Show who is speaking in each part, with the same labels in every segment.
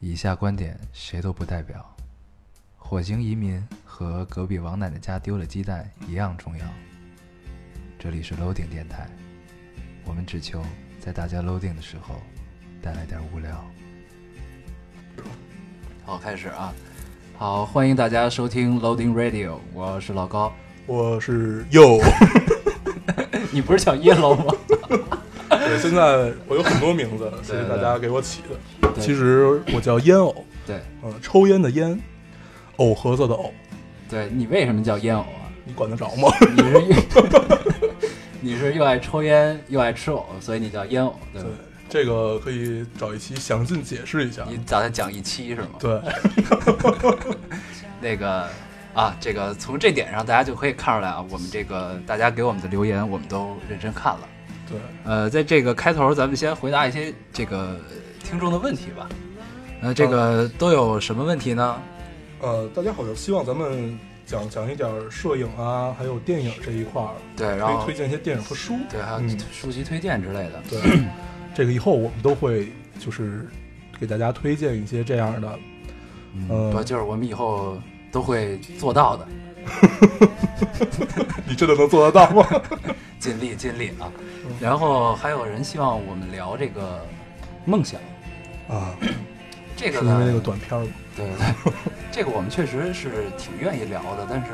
Speaker 1: 以下观点谁都不代表。火星移民和隔壁王奶奶家丢了鸡蛋一样重要。这里是 Loading 电台，我们只求在大家 Loading 的时候带来点无聊。好，开始啊！好，欢迎大家收听 Loading Radio，我是老高。
Speaker 2: 我是右，
Speaker 1: 你不是叫 Yellow 吗？
Speaker 2: 对，现在我有很多名 字
Speaker 1: 对
Speaker 2: 是大家给我起的。
Speaker 1: 对
Speaker 2: 其实我叫烟偶，
Speaker 1: 对
Speaker 2: 嗯，抽烟的烟，藕盒子的藕，
Speaker 1: 对，你为什么叫烟偶啊？
Speaker 2: 你管得着吗？
Speaker 1: 你是 你是又爱抽烟又爱吃藕，所以你叫烟藕，对吧
Speaker 2: 对？，这个可以找一期详尽解释一下。
Speaker 1: 你打算讲一期是吗？
Speaker 2: 对，
Speaker 1: 那个啊，这个从这点上大家就可以看出来啊，我们这个大家给我们的留言，我们都认真看了。
Speaker 2: 对，
Speaker 1: 呃，在这个开头，咱们先回答一些这个听众的问题吧。呃，这个都有什么问题呢？
Speaker 2: 呃，大家好像希望咱们讲讲一点摄影啊，还有电影这一块儿，
Speaker 1: 对，然
Speaker 2: 可以
Speaker 1: 后
Speaker 2: 推荐一些电影和 书。
Speaker 1: 对，还有
Speaker 2: 嗯
Speaker 1: 书籍推荐之类的。
Speaker 2: 对，这个以后我们都会就是给大家推荐一些这样的，
Speaker 1: 嗯，
Speaker 2: 嗯
Speaker 1: 不，就是我们以后都会做到的，
Speaker 2: 你真的能做得到吗？
Speaker 1: 尽力尽力啊
Speaker 2: 嗯。
Speaker 1: 然后还有人希望我们聊这个梦想，
Speaker 2: 啊，
Speaker 1: 这个
Speaker 2: 是
Speaker 1: 呢
Speaker 2: 因为那个短片儿吗？
Speaker 1: 对对对， 这个我们确实是挺愿意聊的，但是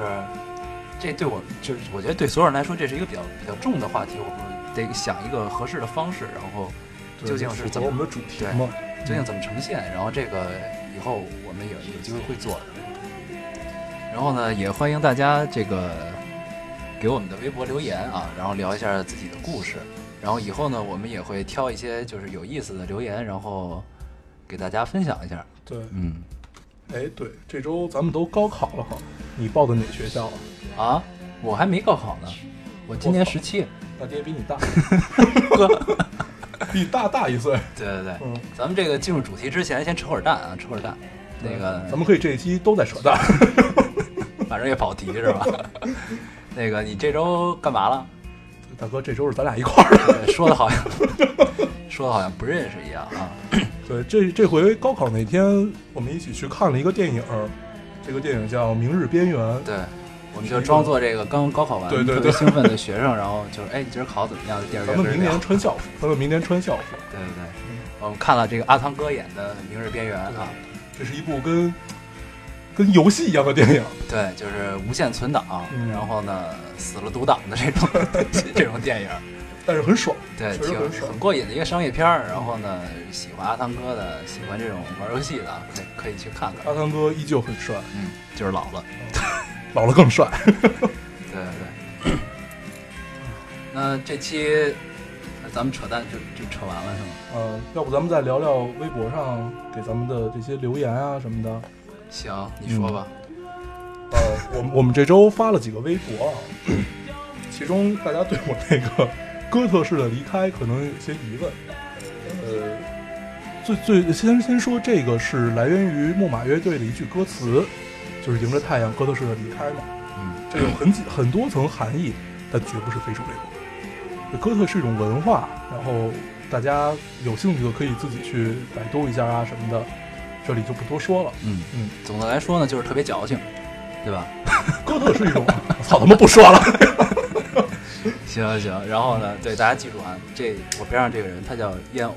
Speaker 1: 这对我就是我觉得对所有人来说，这是一个比较比较重的话题，我们得想一个合适的方式，然后
Speaker 2: 对
Speaker 1: 究竟是怎
Speaker 2: 符
Speaker 1: 么
Speaker 2: 合我们的主题嘛？
Speaker 1: 究竟怎么呈现，然后这个以后我们也有机会会做的。然后呢，也欢迎大家这个给我们的微博留言啊，然后聊一下自己的故事。然后以后呢，我们也会挑一些就是有意思的留言，然后给大家分享一下。
Speaker 2: 对，
Speaker 1: 嗯，
Speaker 2: 哎，对，这周咱们都高考了哈，你报的哪学校啊？
Speaker 1: 啊，我还没高考呢，我今年十七。
Speaker 2: 那爹比你大， 比你大大一岁。
Speaker 1: 对对对，
Speaker 2: 嗯，
Speaker 1: 咱们这个进入主题之前，先扯会儿蛋啊，扯会儿蛋。那
Speaker 2: 嗯咱
Speaker 1: 个
Speaker 2: 们可以这一期都在扯淡。
Speaker 1: 反正也跑题是吧？ 那个你这周干嘛了？
Speaker 2: 大哥，这周是咱俩一块儿的。
Speaker 1: 对说的好 像说的好像不认识一样啊。
Speaker 2: 对，这这回高考那天，我们一起去看了一个电影儿，这个电影叫《明日边缘》。
Speaker 1: 对，我们就装作这个刚高考完
Speaker 2: 对对
Speaker 1: 特别
Speaker 2: 对
Speaker 1: 兴奋的学生，然后就是哎，你今儿考怎么样？第二
Speaker 2: 咱
Speaker 1: 天
Speaker 2: 们明年穿校服，咱们明年穿校服。
Speaker 1: 对对对，我们看了这个阿汤哥演的《明日边缘》啊，
Speaker 2: 这是一部跟跟游戏一样的电影。
Speaker 1: 对，就是无限存档，
Speaker 2: 嗯
Speaker 1: 然后呢死了独挡的这 种这种电影。
Speaker 2: 但是很爽，
Speaker 1: 对，
Speaker 2: 确实
Speaker 1: 挺
Speaker 2: 很嗯爽
Speaker 1: 很过瘾的一个商业片儿。然后呢，喜欢阿汤哥的，喜欢这种玩游戏的，啊可以可以去看看
Speaker 2: 阿。汤哥依旧很帅，
Speaker 1: 嗯，就是老了。
Speaker 2: 老了更帅。嗯
Speaker 1: 对对对。那这期那咱们扯淡就就扯完了是吗？
Speaker 2: 呃，要不咱们再聊聊微博上给咱们的这些留言啊什么的。
Speaker 1: 行，你
Speaker 2: 嗯
Speaker 1: 说吧。
Speaker 2: 呃，我们我们这周发了几个微博啊，其中大家对我那个哥特式的离开可能有些疑问。呃，最最先先说这个是来源于木马乐队的一句歌词，就是迎着太阳哥特式的离开嘛。
Speaker 1: 嗯，
Speaker 2: 这有很几很多层含义，但绝不是非主流。哥特是一种文化，然后大家有兴趣的可以自己去百度一下啊什么的，这里就不多说了。
Speaker 1: 嗯
Speaker 2: 嗯，
Speaker 1: 总的来说呢，就是特别矫情，对吧？
Speaker 2: 哥特是一种，操他妈不说了。
Speaker 1: 行行，然后呢，对大家记住啊，这我边上这个人他叫烟偶，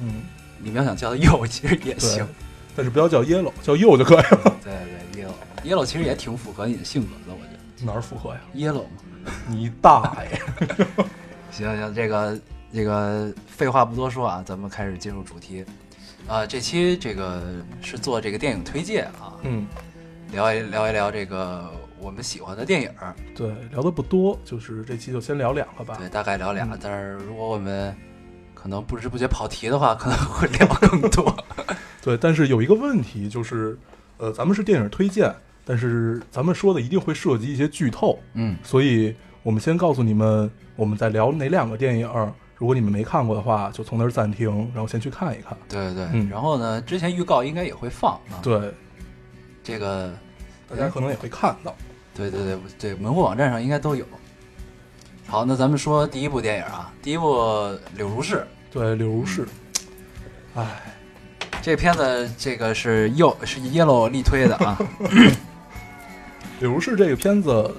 Speaker 2: 嗯，
Speaker 1: 你们要想叫他柚，其实也
Speaker 2: 对
Speaker 1: 行。，
Speaker 2: 但是不要叫 yellow，叫 you 就可以了。
Speaker 1: 对对，耶鲁耶鲁其实也挺符合你的性格的，我觉得。
Speaker 2: 哪儿符合呀？
Speaker 1: 耶鲁嘛。
Speaker 2: 你大爷！
Speaker 1: 行行，这个这个废话不多说啊，咱们开始进入主题。啊、这期这个是做这个电影推介啊，
Speaker 2: 嗯，
Speaker 1: 聊一聊一聊这个我们喜欢的电影儿，
Speaker 2: 对，聊的不多，就是这期就先聊两个吧。
Speaker 1: 对，大概聊俩。
Speaker 2: 嗯
Speaker 1: 但是如果我们可能不知不觉跑题的话，可能会聊更多。
Speaker 2: 对，但是有一个问题就是，呃，咱们是电影推荐，但是咱们说的一定会涉及一些剧透。
Speaker 1: 嗯，
Speaker 2: 所以我们先告诉你们，我们在聊哪两个电影儿。如果你们没看过的话，就从那儿暂停，然后先去看一看。
Speaker 1: 对对对。
Speaker 2: 嗯
Speaker 1: 然后呢，之前预告应该也会放啊。
Speaker 2: 对，
Speaker 1: 这个，
Speaker 2: 大家可能也会看到。
Speaker 1: 对对对对，门户网站上应该都有。好，那咱们说第一部电影啊，第一部《柳如是》。
Speaker 2: 对，柳如是，哎，
Speaker 1: 这片子这个是右是 Yellow 力推的 啊，
Speaker 2: 比如是这个片子，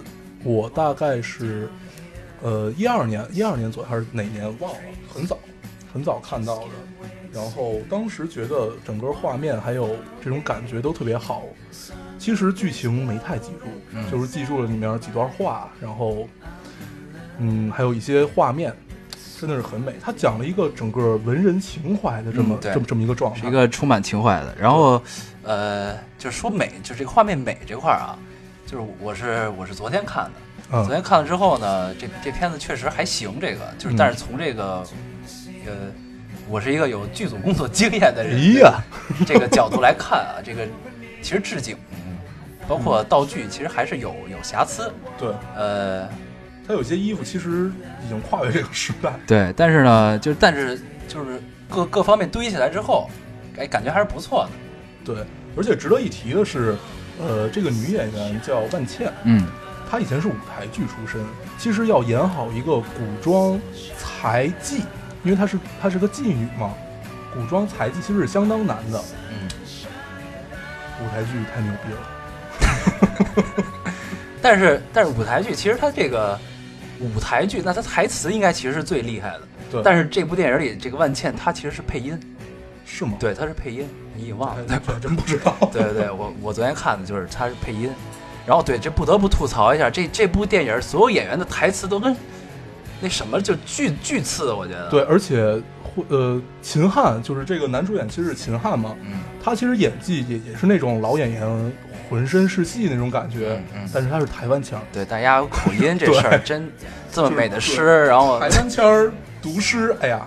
Speaker 2: 我大概是呃一二年一二年左右还是哪年忘了，很早很早看到的。然后当时觉得整个画面还有这种感觉都特别好，其实剧情没太记住，
Speaker 1: 嗯
Speaker 2: 就是记住了里面几段话，然后嗯还有一些画面，真的是很美。它讲了一个整个文人情怀的这么、
Speaker 1: 嗯对
Speaker 2: 这么这么一个状态，
Speaker 1: 是一个充满情怀的。然后，呃，就是说美，就是这个画面美这块儿啊，就是我是我是昨天看的，
Speaker 2: 嗯
Speaker 1: 昨天看了之后呢，这这片子确实还行，这个就是，
Speaker 2: 嗯
Speaker 1: 但是从这个，呃，我是一个有剧组工作经验的人，
Speaker 2: 哎呀，
Speaker 1: 这个角度来看啊，这个其实置景，嗯包括道具，其实还是有有瑕疵，
Speaker 2: 对。
Speaker 1: 呃，
Speaker 2: 它有些衣服其实已经跨越这个时代，
Speaker 1: 对，但是呢，就是但是就是各各方面堆起来之后，哎，感觉还是不错的，
Speaker 2: 对。而且值得一提的是，呃，这个女演员叫万茜，
Speaker 1: 嗯，
Speaker 2: 她以前是舞台剧出身，其实要演好一个古装才妓，因为她是她是个妓女嘛，古装才妓其实是相当难的，
Speaker 1: 嗯。
Speaker 2: 舞台剧太牛逼了。
Speaker 1: 但是但是舞台剧其实它这个舞台剧，那它台词应该其实是最厉害的。
Speaker 2: 对，
Speaker 1: 但
Speaker 2: 是
Speaker 1: 是这部电影里，这个万茜她其实是配音，
Speaker 2: 是吗？
Speaker 1: 对，她是配音，你已忘
Speaker 2: 哎，
Speaker 1: 了。
Speaker 2: 对，对真不知道。
Speaker 1: 对对对，我我昨天看的就是她是配音，然后对这不得不吐槽一下，这这部电影所有演员的台词都跟那什么就巨巨次，我觉得。，
Speaker 2: 对，而且会呃，秦汉就是这个男主演，其实是秦汉嘛，
Speaker 1: 嗯，
Speaker 2: 他其实演技也也是那种老演员浑身是戏那种感觉，
Speaker 1: 嗯嗯
Speaker 2: 但是他是台湾腔儿，
Speaker 1: 对，大家有口音这事儿真这么美的
Speaker 2: 就是
Speaker 1: 诗，然后
Speaker 2: 台湾腔儿读诗，哎呀，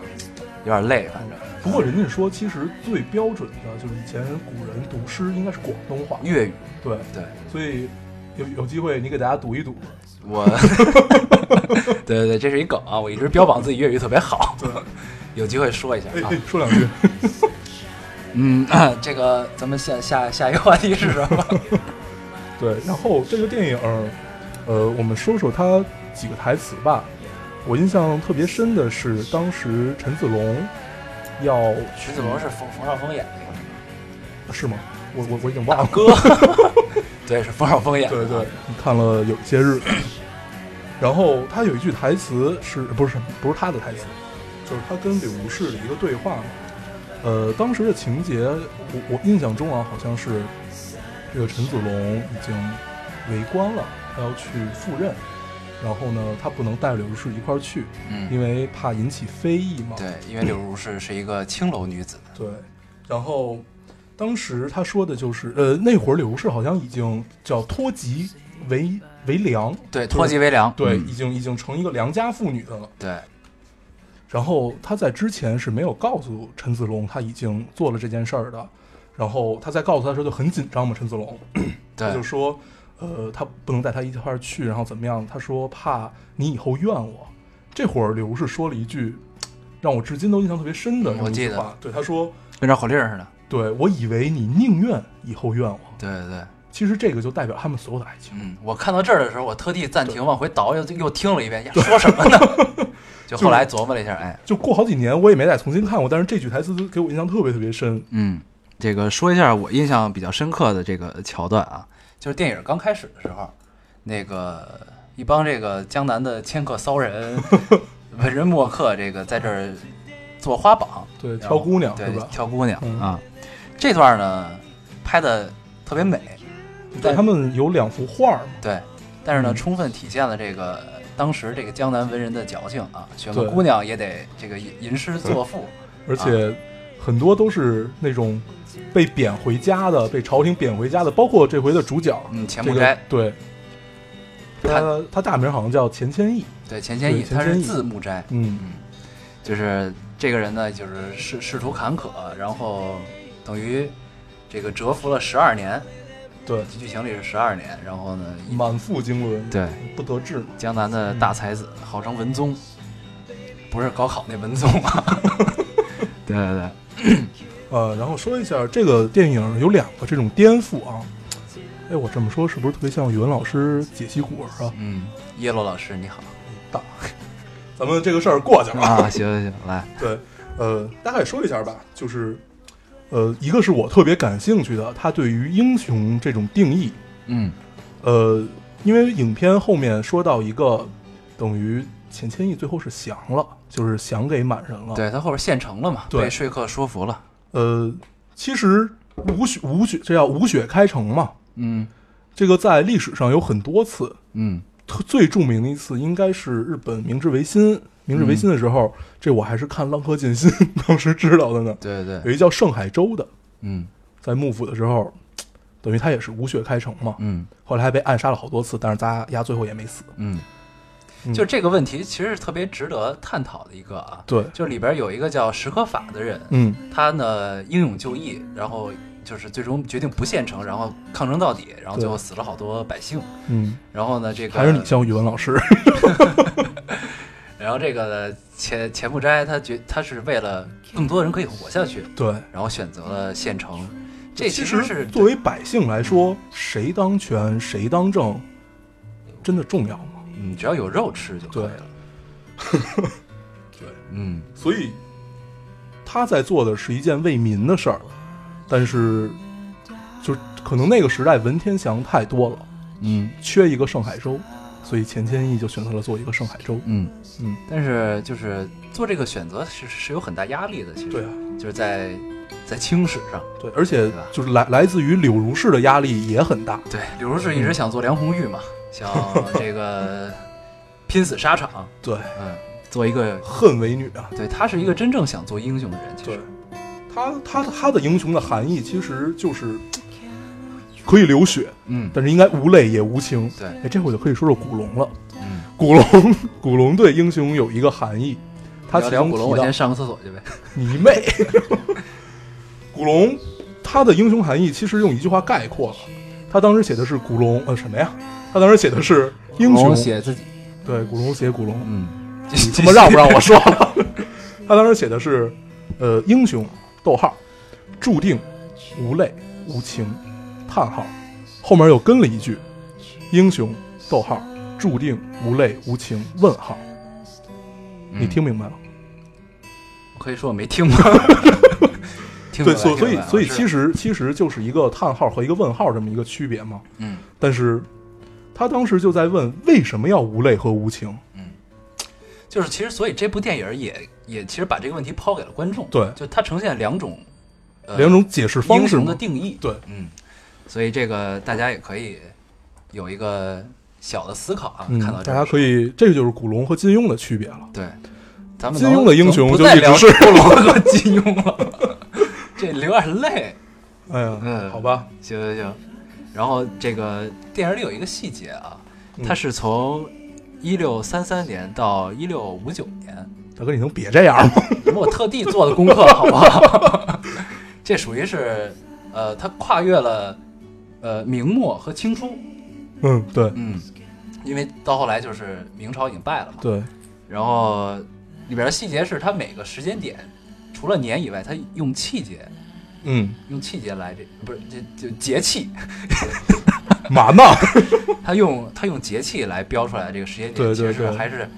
Speaker 1: 有点累，反正
Speaker 2: 不过人家说其实最标准的就是以前古人读诗应该是广东话，
Speaker 1: 粤语
Speaker 2: 对，
Speaker 1: 对。
Speaker 2: 所以有有机会你给大家读一读，
Speaker 1: 我，对对对，这是一梗啊！我一直标榜自己粤语特别好，
Speaker 2: 对，
Speaker 1: 有机会说一下
Speaker 2: 哎
Speaker 1: 啊
Speaker 2: 哎。说两句，
Speaker 1: 嗯，这个咱们下下下一个话题是什么？
Speaker 2: 对，然后这个电影儿，呃，我们说说它几个台词吧。我印象特别深的是，当时陈子龙要
Speaker 1: 徐子龙是冯冯绍峰演的那
Speaker 2: 是吗？我我我已经忘了。
Speaker 1: 个哥，对，是冯绍峰演的。 啊
Speaker 2: 对对，，看了有些日子。然后他有一句台词是不是不是他的台词，就是他跟柳如是的一个对话嘛。呃，当时的情节，我我印象中啊，好像是这个陈子龙已经为官了，他要去赴任，然后呢，他不能带柳如是一块儿去，
Speaker 1: 嗯，
Speaker 2: 因为怕引起非议嘛。
Speaker 1: 对，因为柳如是是一个青楼女子，
Speaker 2: 对，然后当时他说的就是，呃，那会儿柳如是好像已经叫脱籍为为良，
Speaker 1: 对，
Speaker 2: 就是
Speaker 1: 脱籍为良，
Speaker 2: 对，
Speaker 1: 嗯
Speaker 2: 已经已经成一个良家妇女的了。
Speaker 1: 对，
Speaker 2: 然后她在之前是没有告诉陈子龙她已经做了这件事儿的，然后她在告诉他的时候就很紧张嘛，陈子龙他就
Speaker 1: 对，
Speaker 2: 说，呃，他不能带她一块儿去，然后怎么样？他说怕你以后怨我。这会儿柳如是说了一句让我至今都印象特别深的
Speaker 1: 嗯
Speaker 2: 这么一句
Speaker 1: 我记得
Speaker 2: 话，对他说，
Speaker 1: 跟绕口令似的。
Speaker 2: 对我以为你宁愿以后怨我，
Speaker 1: 对对对，
Speaker 2: 其实这个就代表他们所有的爱情。
Speaker 1: 嗯，我看到这儿的时候，我特地暂停往回倒，又又听了一遍，呀，说什 么呢？就后来琢磨了一下，哎，
Speaker 2: 就过好几年，我也没再重新看过，但是这句台词给我印象特别特别深。
Speaker 1: 嗯，这个说一下我印象比较深刻的这个桥段啊，就是电影刚开始的时候，那个一帮这个江南的迁客骚 人、文人墨客，这个在这儿做花榜，
Speaker 2: 对，
Speaker 1: 然
Speaker 2: 挑
Speaker 1: 后
Speaker 2: 姑娘是
Speaker 1: 对
Speaker 2: 吧？
Speaker 1: 挑姑娘、
Speaker 2: 嗯
Speaker 1: 啊。这段呢拍的特别美，
Speaker 2: 对，他们有两幅画嘛，
Speaker 1: 对，但是呢，
Speaker 2: 嗯
Speaker 1: 充分体现了这个呃当时这个江南文人的矫情啊，选个
Speaker 2: 对
Speaker 1: 姑娘也得这个吟诗作赋，
Speaker 2: 而且很多都是那种被贬回家的，被朝廷贬回家的，包括这回的主角
Speaker 1: 嗯，钱
Speaker 2: 这
Speaker 1: 穆
Speaker 2: 个
Speaker 1: 斋，
Speaker 2: 对，
Speaker 1: 他
Speaker 2: 他他大名好像叫钱谦益，
Speaker 1: 对，钱谦益，
Speaker 2: 对钱
Speaker 1: 他是
Speaker 2: 谦益
Speaker 1: 字穆斋。
Speaker 2: 嗯，
Speaker 1: 就是这个人呢，就是仕仕途坎坷，然后等于这个蛰伏了十二年，
Speaker 2: 对，
Speaker 1: 剧情里是十二年，然后呢，一
Speaker 2: 满腹经纶，
Speaker 1: 对
Speaker 2: 不得志嘛，
Speaker 1: 江南的大才子，号称文宗，不是高考那文宗啊， 对对对，
Speaker 2: 呃，然后说一下这个电影有两个这种颠覆啊，哎，我这么说是不是特别像语文老师解析古文啊？
Speaker 1: 嗯，叶落老师你好
Speaker 2: 大， 咱
Speaker 1: 啊
Speaker 2: 们这个事儿过去了
Speaker 1: 啊，行行行，来，
Speaker 2: 对，呃，大概说一下吧，就是呃，一个是我特别感兴趣的，他对于英雄这种定义，
Speaker 1: 嗯
Speaker 2: 呃，因为影片后面说到一个，等于钱谦益最后是降了，就是降给满人了。，
Speaker 1: 对他后边现成了嘛，
Speaker 2: 对
Speaker 1: 被说客说服了，
Speaker 2: 呃，其实吴雪吴雪这叫吴雪开城嘛，
Speaker 1: 嗯
Speaker 2: 这个在历史上有很多次，
Speaker 1: 嗯
Speaker 2: 特最著名的一次应该是日本明治维新。明治维新的时候，
Speaker 1: 嗯
Speaker 2: 这我还是看《浪客剑心》当时知道的呢。
Speaker 1: 对对
Speaker 2: 有
Speaker 1: 对，
Speaker 2: 一叫盛海洲的，
Speaker 1: 嗯
Speaker 2: 在幕府的时候，等于他也是无血开城嘛，
Speaker 1: 嗯
Speaker 2: 后来还被暗杀了好多次，但是咱丫最后也没死。
Speaker 1: 嗯
Speaker 2: 嗯，
Speaker 1: 就这个问题其实是特别值得探讨的一个啊，
Speaker 2: 对，
Speaker 1: 就里边有一个叫史可法的人，
Speaker 2: 嗯，
Speaker 1: 他呢英勇就义，然后就是最终决定不献城，然后抗争到底，然后最后死了好多百姓。
Speaker 2: 嗯，
Speaker 1: 然后呢，这个
Speaker 2: 还是你像语文老师，
Speaker 1: 然后这个呢钱钱不斋他觉他是为了更多人可以活下去，
Speaker 2: 对，
Speaker 1: 然后选择了献城。这
Speaker 2: 其
Speaker 1: 实是
Speaker 2: 作为百姓来说，谁当权谁当政，真的重要吗？
Speaker 1: 嗯，只要有肉吃就可以了。
Speaker 2: 对，
Speaker 1: 嗯
Speaker 2: 所以他在做的是一件为民的事儿，但是就可能那个时代文天祥太多了，
Speaker 1: 嗯
Speaker 2: 缺一个盛海洲，所以钱谦益就选择了做一个盛海洲。
Speaker 1: 嗯，
Speaker 2: 嗯，
Speaker 1: 但是就是做这个选择是是有很大压力的，其实
Speaker 2: 对啊，
Speaker 1: 就是在在清史上，
Speaker 2: 对，而且
Speaker 1: 对吧
Speaker 2: 就是来来自于柳如是的压力也很大。
Speaker 1: 对柳如是一直想做梁红玉嘛， 想这个拼死沙场，
Speaker 2: 对，
Speaker 1: 嗯，做一个
Speaker 2: 恨为女啊。
Speaker 1: 对他是一个真正想做英雄的人，其
Speaker 2: 对
Speaker 1: 实，
Speaker 2: 他他他的英雄的含义其实就是可以流血，
Speaker 1: 嗯
Speaker 2: 但是应该无泪也无情。
Speaker 1: 对，
Speaker 2: 哎，这会儿就可以说说古龙了。
Speaker 1: 嗯，
Speaker 2: 古龙古龙对英雄有一个含义，他
Speaker 1: 聊
Speaker 2: 其
Speaker 1: 聊
Speaker 2: 中
Speaker 1: 古龙，
Speaker 2: 提
Speaker 1: 我
Speaker 2: 到
Speaker 1: 先上个厕所去呗。
Speaker 2: 你妹。 古龙他的英雄含义其实用一句话概括了。他当时写的是古龙呃什么呀？他当时写的是英雄，
Speaker 1: 自己，
Speaker 2: 对古龙写古龙，
Speaker 1: 嗯，
Speaker 2: 你他妈让不让我说了？ 他当时写的是，呃，英雄，逗号，注定无泪无情，叹号，后面又跟了一句，英雄，逗号，注定无泪无情，问号。你听明白了？
Speaker 1: 我嗯可以说我没 听吗？ 听
Speaker 2: 对，所所以所以其
Speaker 1: 实，
Speaker 2: 实其实就是一个叹号和一个问号这么一个区别嘛。
Speaker 1: 嗯
Speaker 2: 但是他当时就在问，为什么要无泪和无情？
Speaker 1: 嗯，就是其实，所以这部电影也也其实把这个问题抛给了观众，
Speaker 2: 对
Speaker 1: 就它呈现两种呃
Speaker 2: 两种解释方
Speaker 1: 英
Speaker 2: 式
Speaker 1: 雄的
Speaker 2: 嘛。
Speaker 1: 定义，
Speaker 2: 对，
Speaker 1: 嗯，所以这个大家也可以有一个小的思考啊，
Speaker 2: 嗯
Speaker 1: 看到，这
Speaker 2: 大
Speaker 1: 个
Speaker 2: 家可以，这个就是古龙和金庸的区别了。
Speaker 1: 对，咱们
Speaker 2: 金
Speaker 1: 能
Speaker 2: 庸的英雄
Speaker 1: 能不
Speaker 2: 就
Speaker 1: 再
Speaker 2: 一直
Speaker 1: 聊
Speaker 2: 是
Speaker 1: 古龙和金庸了， 这有点累。
Speaker 2: 哎呀，
Speaker 1: 嗯
Speaker 2: 好吧，
Speaker 1: 行行行，然后这个电影里有一个细节啊，
Speaker 2: 嗯
Speaker 1: 它是从一六三三年到一六五九 年，
Speaker 2: 大哥，你能别这样吗？
Speaker 1: 我特地做的功课，好不好？ 这属于是，呃，它跨越了呃明末和清初，
Speaker 2: 嗯，对
Speaker 1: 嗯，因为到后来就是明朝已经败了嘛，
Speaker 2: 对，
Speaker 1: 然后里边的细节是它每个时间点，除了年以外，它用气节，
Speaker 2: 嗯，
Speaker 1: 用气节来这不是这就节气，
Speaker 2: 嘛 呢？
Speaker 1: 它用它用节气来标出来这个时间点，
Speaker 2: 对对
Speaker 1: 其实
Speaker 2: 对
Speaker 1: 还是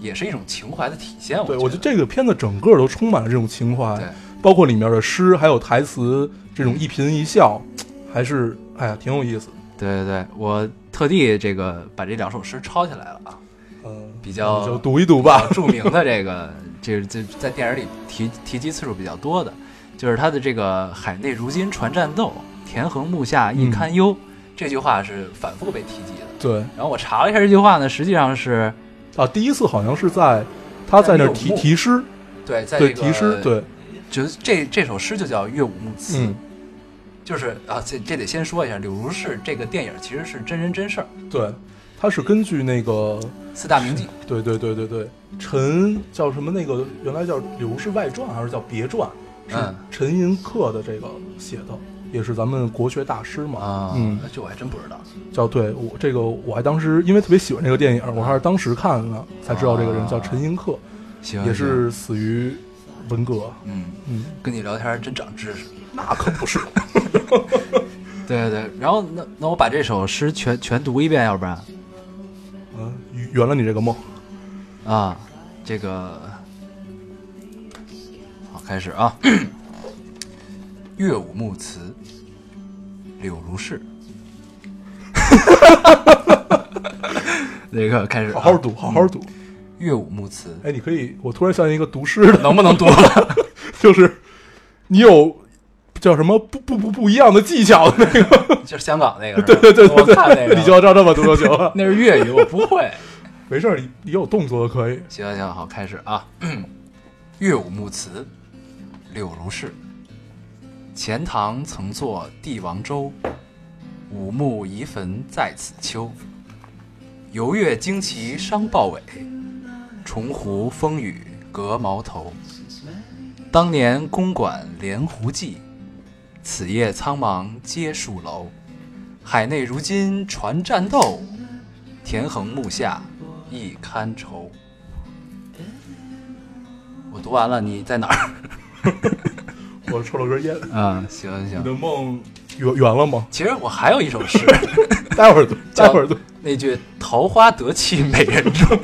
Speaker 1: 也是一种情怀的体现。
Speaker 2: 对，
Speaker 1: 我
Speaker 2: 我觉得这个片子整个都充满了这种情
Speaker 1: 对
Speaker 2: 怀，包括里面的诗，还有台词，这种一颦一笑，还是哎呀，挺有意思。
Speaker 1: 对对对，我特地这个把这两首诗抄下来了 啊，
Speaker 2: 嗯，
Speaker 1: 比较
Speaker 2: 你就读一读吧。
Speaker 1: 著名的这个这这在电影里提提及次数比较多的，就是他的这个“海内如今传战斗，田横木下亦堪忧”这句话是反复被提及的。
Speaker 2: 对
Speaker 1: 然后我查了一下这句话呢，实际上是
Speaker 2: 啊，第一次好像是在他在那儿
Speaker 1: 在
Speaker 2: 提
Speaker 1: 六幕
Speaker 2: 提诗，
Speaker 1: 对在这
Speaker 2: 对
Speaker 1: 个
Speaker 2: 提诗，，对，
Speaker 1: 就是这这首诗就叫《乐舞木词》。
Speaker 2: 嗯，
Speaker 1: 就是啊，这这得先说一下，《柳如是》这个电影其实是真人真事儿，
Speaker 2: 对，他是根据那个，
Speaker 1: 四大名妓。
Speaker 2: 对对对对对，陈叫什么那个原来叫《刘氏外传》还是叫《别传》，是
Speaker 1: 嗯
Speaker 2: 陈寅恪的这个写的，也是咱们国学大师嘛。
Speaker 1: 啊，
Speaker 2: 嗯，
Speaker 1: 这我还真不知道。
Speaker 2: 叫对我这个我还当时因为特别喜欢这个电影，我还是当时看了才知道这个人
Speaker 1: 啊
Speaker 2: 叫陈寅恪，
Speaker 1: 行
Speaker 2: 也，是死于文革。
Speaker 1: 嗯，
Speaker 2: 嗯，
Speaker 1: 跟你聊天真长知识。
Speaker 2: 那可不是。
Speaker 1: 对对对，然后那那我把这首诗全全读一遍，要不然
Speaker 2: 嗯，圆了你这个梦。
Speaker 1: 啊，这个好开始啊。 乐舞慕词，柳如是。 那个开始啊，
Speaker 2: 好好读，好好读。
Speaker 1: 乐舞慕词，
Speaker 2: 哎，你可以，我突然想起一个读诗的，
Speaker 1: 能不能读了？
Speaker 2: 就是你有叫什么不不不不一样的技巧的那个，
Speaker 1: 就是香港那个是吧，对
Speaker 2: 对对对
Speaker 1: 我看那个，。
Speaker 2: 对，你就要照这么读就行了
Speaker 1: 那是粤语，我不会。
Speaker 2: 没事儿，你你有动作就可以。
Speaker 1: 行行好，开始啊！ 乐舞慕词，柳如是。钱塘曾作帝王州，五木遗坟在此丘。游月惊旗伤豹尾，重湖风雨隔茅头。当年公馆莲湖记，此夜苍茫皆戍楼。海内如今传战斗，田横墓下亦堪愁。我读完了，你在哪儿？
Speaker 2: 我抽了根烟，
Speaker 1: 嗯，行
Speaker 2: 你
Speaker 1: 行。
Speaker 2: 的梦圆圆了吗？
Speaker 1: 其实我还有一首诗，
Speaker 2: 待会 儿读，待会儿读。
Speaker 1: 那句“桃花得气美人中”。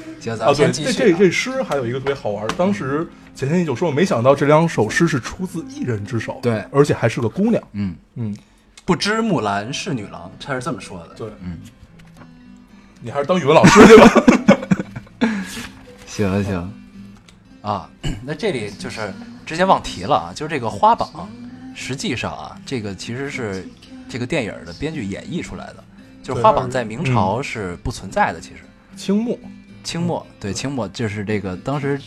Speaker 1: 行，咱
Speaker 2: 啊，
Speaker 1: 们
Speaker 2: 对，
Speaker 1: 先继
Speaker 2: 这
Speaker 1: 续
Speaker 2: 这
Speaker 1: 啊、
Speaker 2: 这诗还有一个特别好玩儿。当时前天你就说，我没想到这两首诗是出自一人之手，
Speaker 1: 对
Speaker 2: 而且还是个姑娘。
Speaker 1: 嗯，
Speaker 2: 嗯，
Speaker 1: 不知木兰是女郎，他是这么说的。
Speaker 2: 对，
Speaker 1: 嗯，
Speaker 2: 你还是当语文老师去吧。
Speaker 1: 行行。啊，那这里就是之前忘提了啊，就是这个花榜，实际上啊，这个其实是这个电影的编剧演绎出来的，就是
Speaker 2: 对
Speaker 1: 花
Speaker 2: 但
Speaker 1: 榜
Speaker 2: 是
Speaker 1: 在明朝是不存在的，其实。
Speaker 2: 清末，
Speaker 1: 清末，
Speaker 2: 嗯
Speaker 1: 对清末就是这个当时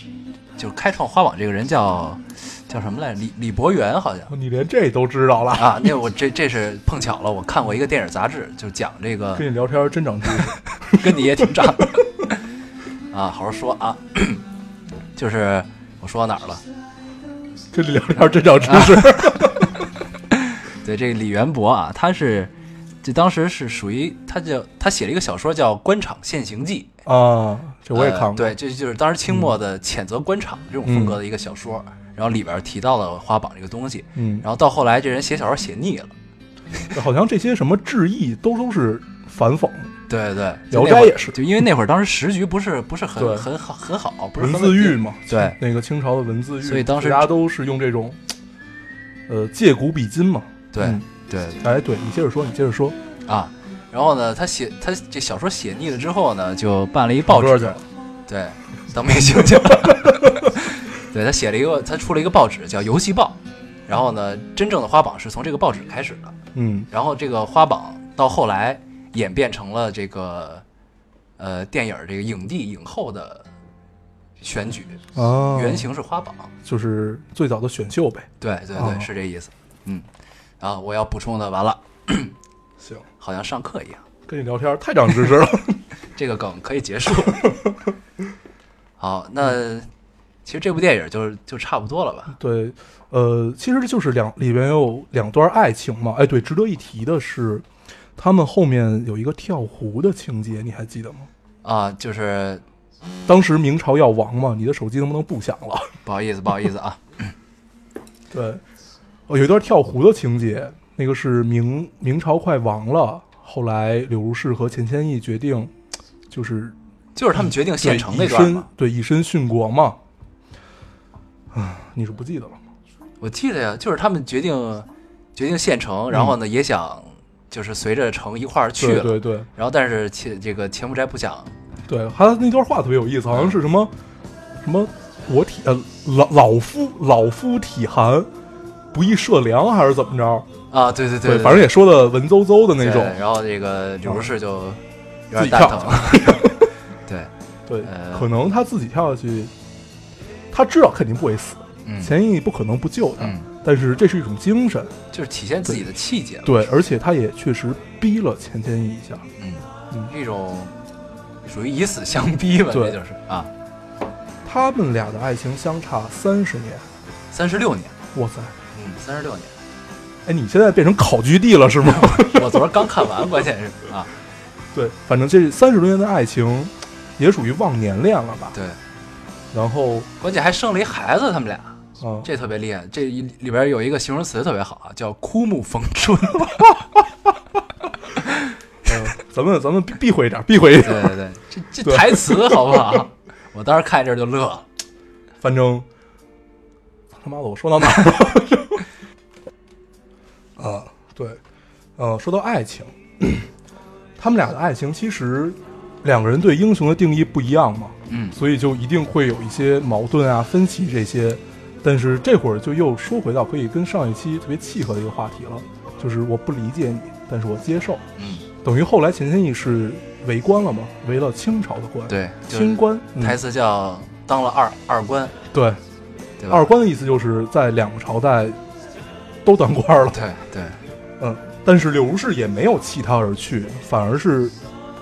Speaker 1: 就开创花网这个人叫叫什么来着？李李伯元好像
Speaker 2: 哦你连这都知道了，
Speaker 1: 啊，那我这这是碰巧了，我看过一个电影杂志，就讲这个
Speaker 2: 跟你聊天儿真长知 识。
Speaker 1: 跟你也挺长的 啊，好好说啊， 就是我说到哪儿了？
Speaker 2: 跟你聊天儿真长知识。
Speaker 1: 对，这个李元博啊，他是这当时是属于他叫他写了一个小说叫《官场现形记》，
Speaker 2: 啊，这我也看过。嗯
Speaker 1: 呃对，这就是当时清末的谴责官场这种风格的一个小说，然后里边提到了花榜这个东西，
Speaker 2: 嗯，
Speaker 1: 然后到后来这人写小说写腻了，
Speaker 2: 好像这些什么质疑都都是反讽，
Speaker 1: 对对对，
Speaker 2: 聊
Speaker 1: 就那
Speaker 2: 斋
Speaker 1: 会儿
Speaker 2: 也是
Speaker 1: 就因为那会儿当时时局不是不是很
Speaker 2: 对
Speaker 1: 很好很好，不是
Speaker 2: 文
Speaker 1: 很
Speaker 2: 字
Speaker 1: 稳定
Speaker 2: 狱，嘛，
Speaker 1: 对
Speaker 2: 那个清朝的文字狱，
Speaker 1: 所以当时
Speaker 2: 大家都是用这种，呃，借古比今嘛。
Speaker 1: 对、
Speaker 2: 嗯
Speaker 1: 对
Speaker 2: 哎，对你接着说，你接着说，
Speaker 1: 啊。然后呢，他写他这小说写腻了之后呢，就办了一报
Speaker 2: 歌
Speaker 1: 纸
Speaker 2: 去，了。
Speaker 1: 对，当明星去了。 对他写了一个，他出了一个报纸叫《游戏报》，然后呢，真正的花榜是从这个报纸开始的。
Speaker 2: 嗯，
Speaker 1: 然后这个花榜到后来演变成了这个呃电影儿这个影帝影后的选举，
Speaker 2: 啊，
Speaker 1: 原型是花榜。
Speaker 2: 就是最早的选秀呗。
Speaker 1: 哦对对对，
Speaker 2: 哦
Speaker 1: 是这意思。嗯，啊，我要补充的完了，
Speaker 2: 行，
Speaker 1: 好像上课一样，
Speaker 2: 跟你聊天太长知 识了。
Speaker 1: 这个梗可以结束。 好，那其实这部电影就就差不多了吧？
Speaker 2: 对，呃，其实就是两里边有两段爱情嘛。哎，对，值得一提的是，他们后面有一个跳湖的情节，你还记得吗？
Speaker 1: 啊，就是
Speaker 2: 当时明朝要亡嘛，你的手机能不能不响了？
Speaker 1: 不好意思，不好意思啊，
Speaker 2: 对，哦，有一段跳湖的情节，那个是明明朝快亡了，后来柳如是和钱谦益决定，就是
Speaker 1: 就是他们决定
Speaker 2: 对
Speaker 1: 县城那
Speaker 2: 以
Speaker 1: 段
Speaker 2: 身
Speaker 1: 嘛。
Speaker 2: 对以身殉国嘛。啊，你是不记得了吗？
Speaker 1: 我记得呀，就是他们决定决定县城，然后呢、也想就是随着城一块儿去
Speaker 2: 嗯对
Speaker 1: 了，
Speaker 2: 对对
Speaker 1: 然后但是钱这个钱不斋不想，
Speaker 2: 对，他那段话特别有意思，好像是什么什么我体呃老老夫老夫体寒，不易涉粮还是怎么着？
Speaker 1: 啊，对对对，
Speaker 2: 反正也说的文绉绉的那
Speaker 1: 对
Speaker 2: 种。
Speaker 1: 然后这个柳如是就有
Speaker 2: 自
Speaker 1: 点
Speaker 2: 己
Speaker 1: 蛋
Speaker 2: 跳
Speaker 1: 疼，对，
Speaker 2: 对，
Speaker 1: 呃
Speaker 2: 可能他自己跳下去，他知道肯定不会死，
Speaker 1: 嗯
Speaker 2: 钱毅不可能不救他，
Speaker 1: 嗯
Speaker 2: 但是这是一种精神，
Speaker 1: 就是体现自己的气节嘛，
Speaker 2: 对，而且他也确实逼了钱谦益一下，
Speaker 1: 嗯，
Speaker 2: 嗯
Speaker 1: 一种属于以死相逼吧，
Speaker 2: 对
Speaker 1: 这就是啊，
Speaker 2: 他们俩的爱情相差三十年，
Speaker 1: 三十六年，
Speaker 2: 哇塞，
Speaker 1: 嗯，三十六 年，
Speaker 2: 哎，你现在变成考据帝了 是吗？
Speaker 1: 我昨儿刚看完，关键是啊，
Speaker 2: 对，反正这三十多年的爱情，也属于忘年恋了吧？
Speaker 1: 对，
Speaker 2: 然后
Speaker 1: 关键还生了一孩子，他们俩。
Speaker 2: 啊，
Speaker 1: 这特别厉害，这一里边有一个形容词特别好啊，叫“枯木逢春
Speaker 2: 嗯咱们咱们避避讳一点，避 讳一”。点，
Speaker 1: 对对对，这这
Speaker 2: 对
Speaker 1: 台词好不好？ 我当时看这儿就乐了。
Speaker 2: 反正他妈的，我说到哪儿了？ 啊，对，呃，说到爱情， 他们俩的爱情其实两个人对英雄的定义不一样嘛，
Speaker 1: 嗯
Speaker 2: 所以就一定会有一些矛盾啊、分歧这些。但是这会儿就又说回到可以跟上一期特别契合的一个话题了，就是我不理解你，但是我接受。
Speaker 1: 嗯，
Speaker 2: 等于后来钱谦益是为官了嘛，为了清朝的官，，
Speaker 1: 对，就是
Speaker 2: 清官。嗯
Speaker 1: 台词叫当了二二官，
Speaker 2: 对，
Speaker 1: 对吧？
Speaker 2: 二官的意思就是在两个朝代都当官了。
Speaker 1: 对对，
Speaker 2: 嗯，但是柳如是也没有弃他而去，反而是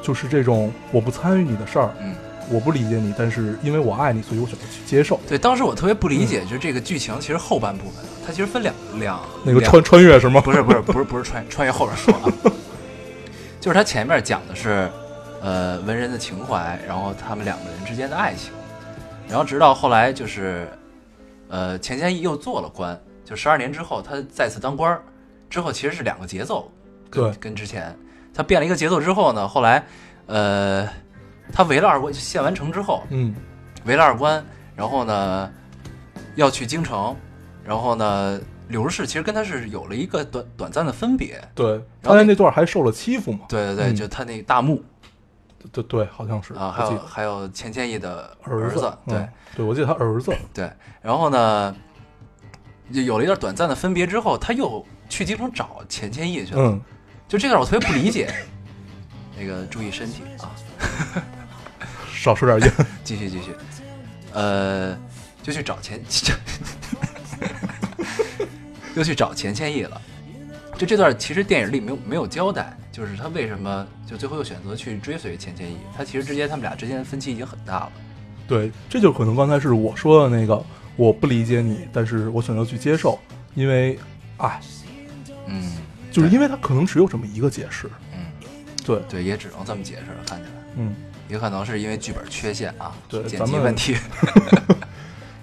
Speaker 2: 就是这种我不参与你的事儿，
Speaker 1: 嗯，
Speaker 2: 我不理解你，但是因为我爱你，所以我选择去接受。
Speaker 1: 对。当时我特别不理解，就是这个剧情其实后半部分，啊它其实分两两
Speaker 2: 那个
Speaker 1: 两
Speaker 2: 穿穿越是吗？
Speaker 1: 不是不是不是不是穿穿越后边说啊， 就是他前面讲的是，呃，文人的情怀，然后他们两个人之间的爱情，然后直到后来就是，呃，钱谦益又做了官，就十二年之后他再次当官儿，之后其实是两个节奏，跟
Speaker 2: 对
Speaker 1: 跟之前他变了一个节奏之后呢，后来，呃，他围了二关，献完城之后，
Speaker 2: 嗯，
Speaker 1: 围了二关，然后呢要去京城，然后呢柳如是其实跟他是有了一个短短暂的分别，
Speaker 2: 对，
Speaker 1: 然后
Speaker 2: 他在
Speaker 1: 那
Speaker 2: 那段还受了欺负嘛？
Speaker 1: 对对对，
Speaker 2: 嗯
Speaker 1: 就他那个大墓
Speaker 2: 对对，好像是
Speaker 1: 啊，还
Speaker 2: 我记
Speaker 1: 有
Speaker 2: 得
Speaker 1: 还有钱谦益的
Speaker 2: 儿
Speaker 1: 子，对、
Speaker 2: 嗯对，我记得他儿子，
Speaker 1: 对，然后呢就有了一段短暂的分别之后，他又去京城找钱谦益去了，
Speaker 2: 嗯，
Speaker 1: 就这段我特别不理解， 那个注意身体啊。
Speaker 2: 少吃点烟。
Speaker 1: 继续继续，呃，就去找钱， 又去找钱谦益了。就这段其实电影里没有没有交代，就是他为什么就最后又选择去追随钱谦益。他其实之间他们俩之间的分歧已经很大了。
Speaker 2: 对，这就可能刚才是我说的那个，我不理解你，但是我选择去接受，因为爱，
Speaker 1: 嗯
Speaker 2: 就是因为他可能只有这么一个解释。
Speaker 1: 嗯，
Speaker 2: 对，
Speaker 1: 对，也只能这么解释了。看起来
Speaker 2: 嗯。
Speaker 1: 也可能是因为剧本缺陷啊，
Speaker 2: 对
Speaker 1: 剪
Speaker 2: 咱
Speaker 1: 辑
Speaker 2: 们
Speaker 1: 问题。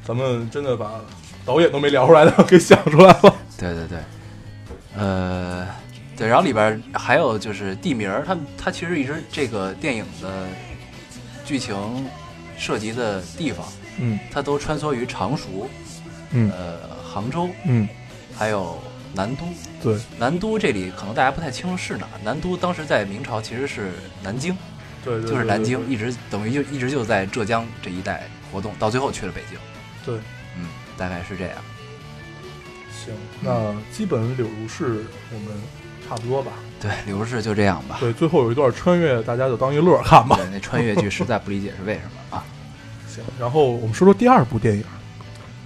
Speaker 2: 咱们真的把导演都没聊出来的给想出来了。
Speaker 1: 对对对，呃，对，然后里边儿还有就是地名儿，它它其实一直这个电影的剧情涉及的地方，
Speaker 2: 嗯
Speaker 1: 它都穿梭于常熟、
Speaker 2: 嗯
Speaker 1: 呃杭州，
Speaker 2: 嗯，
Speaker 1: 还有南都。
Speaker 2: 对
Speaker 1: 南都这里可能大家不太清楚是哪儿，南都当时在明朝其实是南京，
Speaker 2: 对对，
Speaker 1: 就是南京，
Speaker 2: 对。
Speaker 1: 一直等于就一直就在浙江这一带活动，到最后去了北京，
Speaker 2: 对，对
Speaker 1: 嗯，大概是这样。
Speaker 2: 行，那基本柳如是我们差不多吧。
Speaker 1: 对，刘氏就这样吧。
Speaker 2: 对，最后有一段穿越，大家就当一乐儿看吧。
Speaker 1: 对，那穿越剧实在不理解是为什么啊？
Speaker 2: 行，然后我们说说第二部电影。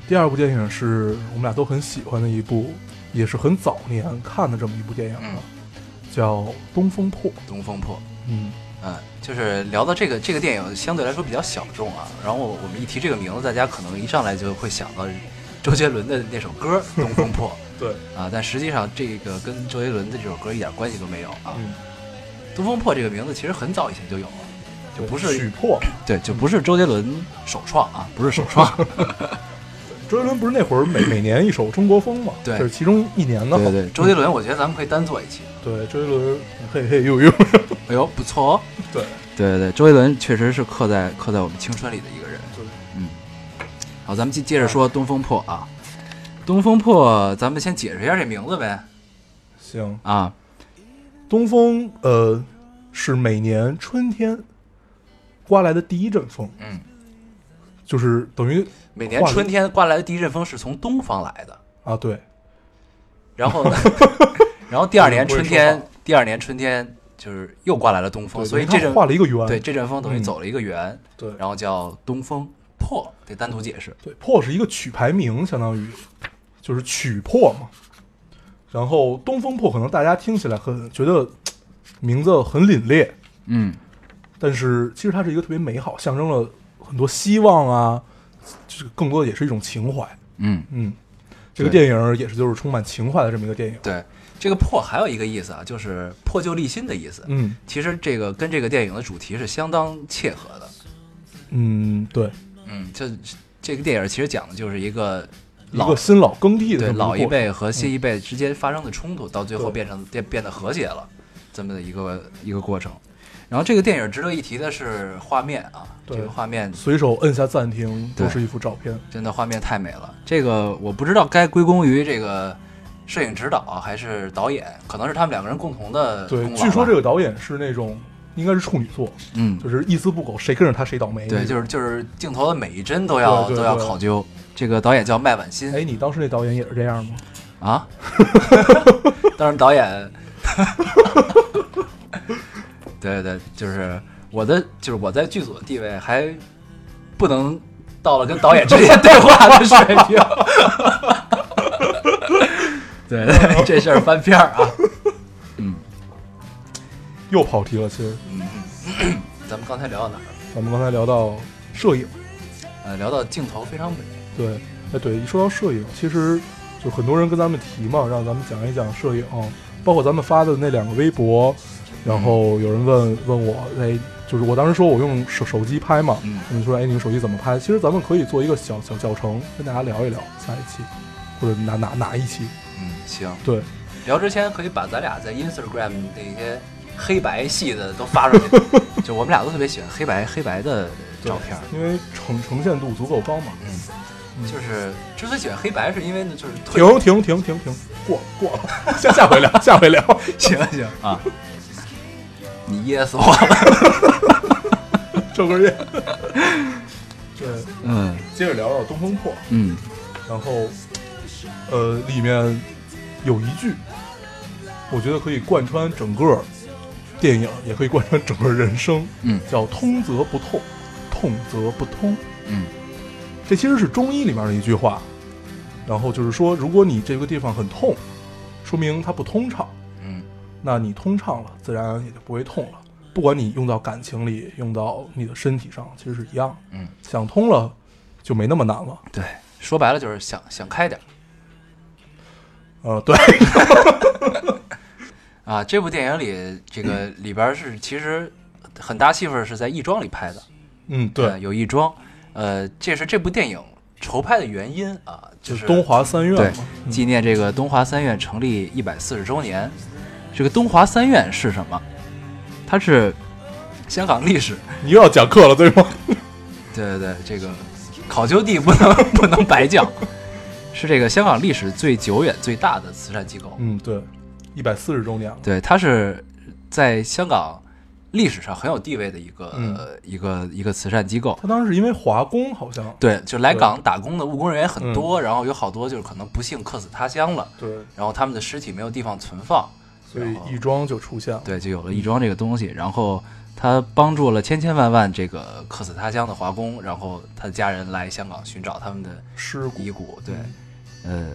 Speaker 2: 第二部电影是我们俩都很喜欢的一部，也是很早年看的这么一部电影了，
Speaker 1: 嗯
Speaker 2: 叫《东风破》。
Speaker 1: 东风破。
Speaker 2: 嗯，
Speaker 1: 嗯，就是聊到这个这个电影相对来说比较小众啊，然后我我们一提这个名字，大家可能一上来就会想到周杰伦的那首歌《东风破
Speaker 2: 对，》
Speaker 1: 啊，但实际上这个跟周杰伦的这首歌一点关系都没有啊。
Speaker 2: 嗯，
Speaker 1: 东风破这个名字其实很早以前就有了，就不
Speaker 2: 许
Speaker 1: 是
Speaker 2: 破。
Speaker 1: 对，就不是周杰伦首创啊，不是首创，
Speaker 2: 周杰伦不是那会儿每每年一首《中国风》嘛？
Speaker 1: 对
Speaker 2: 这是其中一年的。
Speaker 1: 对对，周杰伦我觉得咱们可以单做一期，
Speaker 2: 对，周杰伦嘿嘿呦呦，
Speaker 1: 哎呦不错哦，
Speaker 2: 对，
Speaker 1: 对对对，周杰伦确实是刻在刻在我们青春里的一个人。
Speaker 2: 对，
Speaker 1: 嗯，好，咱们接接着说《东风破》啊，《东风破》，咱们先解释一下这名字呗
Speaker 2: 行，
Speaker 1: 啊，
Speaker 2: 东风呃是每年春天刮来的第一阵风，
Speaker 1: 嗯，
Speaker 2: 就是等于
Speaker 1: 每年春天刮来的第一阵风是从东方来的，
Speaker 2: 啊对
Speaker 1: 然后 呢，然后第二年春
Speaker 2: 不会说
Speaker 1: 天
Speaker 2: 话，
Speaker 1: 第二年春天就是又刮来了东风，哦
Speaker 2: 对，
Speaker 1: 所以
Speaker 2: 等
Speaker 1: 这
Speaker 2: 于它
Speaker 1: 阵
Speaker 2: 画了一个圆，
Speaker 1: 对这阵风等于
Speaker 2: 嗯
Speaker 1: 走了一个圆，
Speaker 2: 对
Speaker 1: 然后叫东风破，得单独解释。
Speaker 2: 对破是一个曲牌名，相当于就是曲破嘛。然后东风破可能大家听起来很觉得嘖名字很凛冽，
Speaker 1: 嗯，
Speaker 2: 但是其实它是一个特别美好，象征了很多希望啊，就是更多的也是一种情怀。
Speaker 1: 嗯，
Speaker 2: 嗯，这个
Speaker 1: 对
Speaker 2: 电影也是就是充满情怀的这么一个电影。
Speaker 1: 对，这个破还有一个意思啊，就是破旧立新的意思。
Speaker 2: 嗯
Speaker 1: 其实这个跟这个电影的主题是相当切合的。
Speaker 2: 嗯，对，
Speaker 1: 嗯，这这个电影其实讲的就是一个
Speaker 2: 一
Speaker 1: 老
Speaker 2: 个新老更替的
Speaker 1: 对
Speaker 2: 这么个
Speaker 1: 老一
Speaker 2: 过程
Speaker 1: 辈和新一辈之间发生的冲突，到最后
Speaker 2: 对
Speaker 1: 变成变变得和谐了，这么的一个一个过程。然后这个电影值得一提的是画面啊，这
Speaker 2: 对
Speaker 1: 个画面
Speaker 2: 随手摁下暂停，
Speaker 1: 对
Speaker 2: 都是一幅照片。
Speaker 1: 真的画面太美了。这个我不知道该归功于这个摄影指导啊还是导演，可能是他们两个人共同的
Speaker 2: 对，
Speaker 1: 功劳吧
Speaker 2: 据说这个导演是那种应该是处女座，
Speaker 1: 嗯，
Speaker 2: 就是一丝不苟，谁跟着他谁倒霉。
Speaker 1: 对，就是就是镜头的每一帧都要
Speaker 2: 哎对对
Speaker 1: 都要
Speaker 2: 对
Speaker 1: 考究。这个导演叫麦婉欣
Speaker 2: 哎，你当时那导演也是这样吗？
Speaker 1: 啊，当然导演，对对，就是我的就是我在剧组的地位还不能到了跟导演之间对话的水平。对 对，这事儿翻篇儿啊。嗯，
Speaker 2: 又跑题了，其实
Speaker 1: 咱们刚才聊到哪儿了？
Speaker 2: 咱们刚才聊到摄影，
Speaker 1: 呃，聊到镜头非常美。
Speaker 2: 对，哎对，一说到摄影，其实就很多人跟咱们提嘛，让咱们讲一讲摄影，包括咱们发的那两个微博，然后有人问问我，哎，就是我当时说我用手手机拍嘛，
Speaker 1: 嗯
Speaker 2: 他们说，哎，你们手机怎么拍？其实咱们可以做一个小小教程，跟大家聊一聊下一期，或者哪哪哪一期，
Speaker 1: 嗯，行。
Speaker 2: 对，
Speaker 1: 聊之前可以把咱俩在 Instagram 那些黑白系的都发上 去，就我们俩都特别喜欢黑白黑白的照片儿。
Speaker 2: 因为呈呈现度足够高嘛。
Speaker 1: 嗯，就是之所以喜欢黑白，是因为呢就是退
Speaker 2: 停停停停停，过过了， 下下回聊，下回聊。
Speaker 1: 行行啊，你噎死我了。
Speaker 2: 抽根烟。 对，
Speaker 1: 嗯
Speaker 2: 接着聊聊《东风破
Speaker 1: 嗯》，
Speaker 2: 然后，呃，里面有一句，我觉得可以贯穿整个电影，也可以贯穿整个人生，
Speaker 1: 嗯
Speaker 2: 叫“通则不痛，痛则不通
Speaker 1: 嗯”。
Speaker 2: 这其实是中医里面的一句话。然后就是说，如果你这个地方很痛，说明它不通畅。
Speaker 1: 嗯
Speaker 2: 那你通畅了，自然也就不会痛了。不管你用到感情里，用到你的身体上，其实是一样的。
Speaker 1: 嗯，
Speaker 2: 想通了，就没那么难了。
Speaker 1: 对，说白了就是想想开点儿
Speaker 2: 呃，对，
Speaker 1: 啊。这部电影里这个里边儿是其实很大戏份是在亦庄里拍的。
Speaker 2: 嗯，
Speaker 1: 呃，有亦庄，呃，这是这部电影筹拍的原因啊，
Speaker 2: 就是是东华三院
Speaker 1: 对
Speaker 2: 嘛，，嗯
Speaker 1: 纪念这个东华三院成立一百四十周年。这个东华三院是什么？它是香港历史，
Speaker 2: 你又要讲课了，对吗？
Speaker 1: 对对对，这个考究地不能不能白讲， 是这个香港历史最久远、最大的慈善机构。
Speaker 2: 嗯，对，一百四十周年了。
Speaker 1: 对，它是在香港历史上很有地位的一个、
Speaker 2: 嗯
Speaker 1: 一个一个慈善机构。
Speaker 2: 他当时是因为华工好像，
Speaker 1: 对，就来
Speaker 2: 对嗯
Speaker 1: 港打工的务工人员很多，然后有好多就是可能不幸客死他乡了，
Speaker 2: 对，
Speaker 1: 然后他们的尸体没有地方存放，
Speaker 2: 所以亦庄就出现了。
Speaker 1: 对，就有了亦庄这个东西。然后他帮助了千千万万这个客死他乡的华工，然后他的家人来香港寻找他们的
Speaker 2: 尸骨。
Speaker 1: 遗骨，对，
Speaker 2: 嗯
Speaker 1: 呃，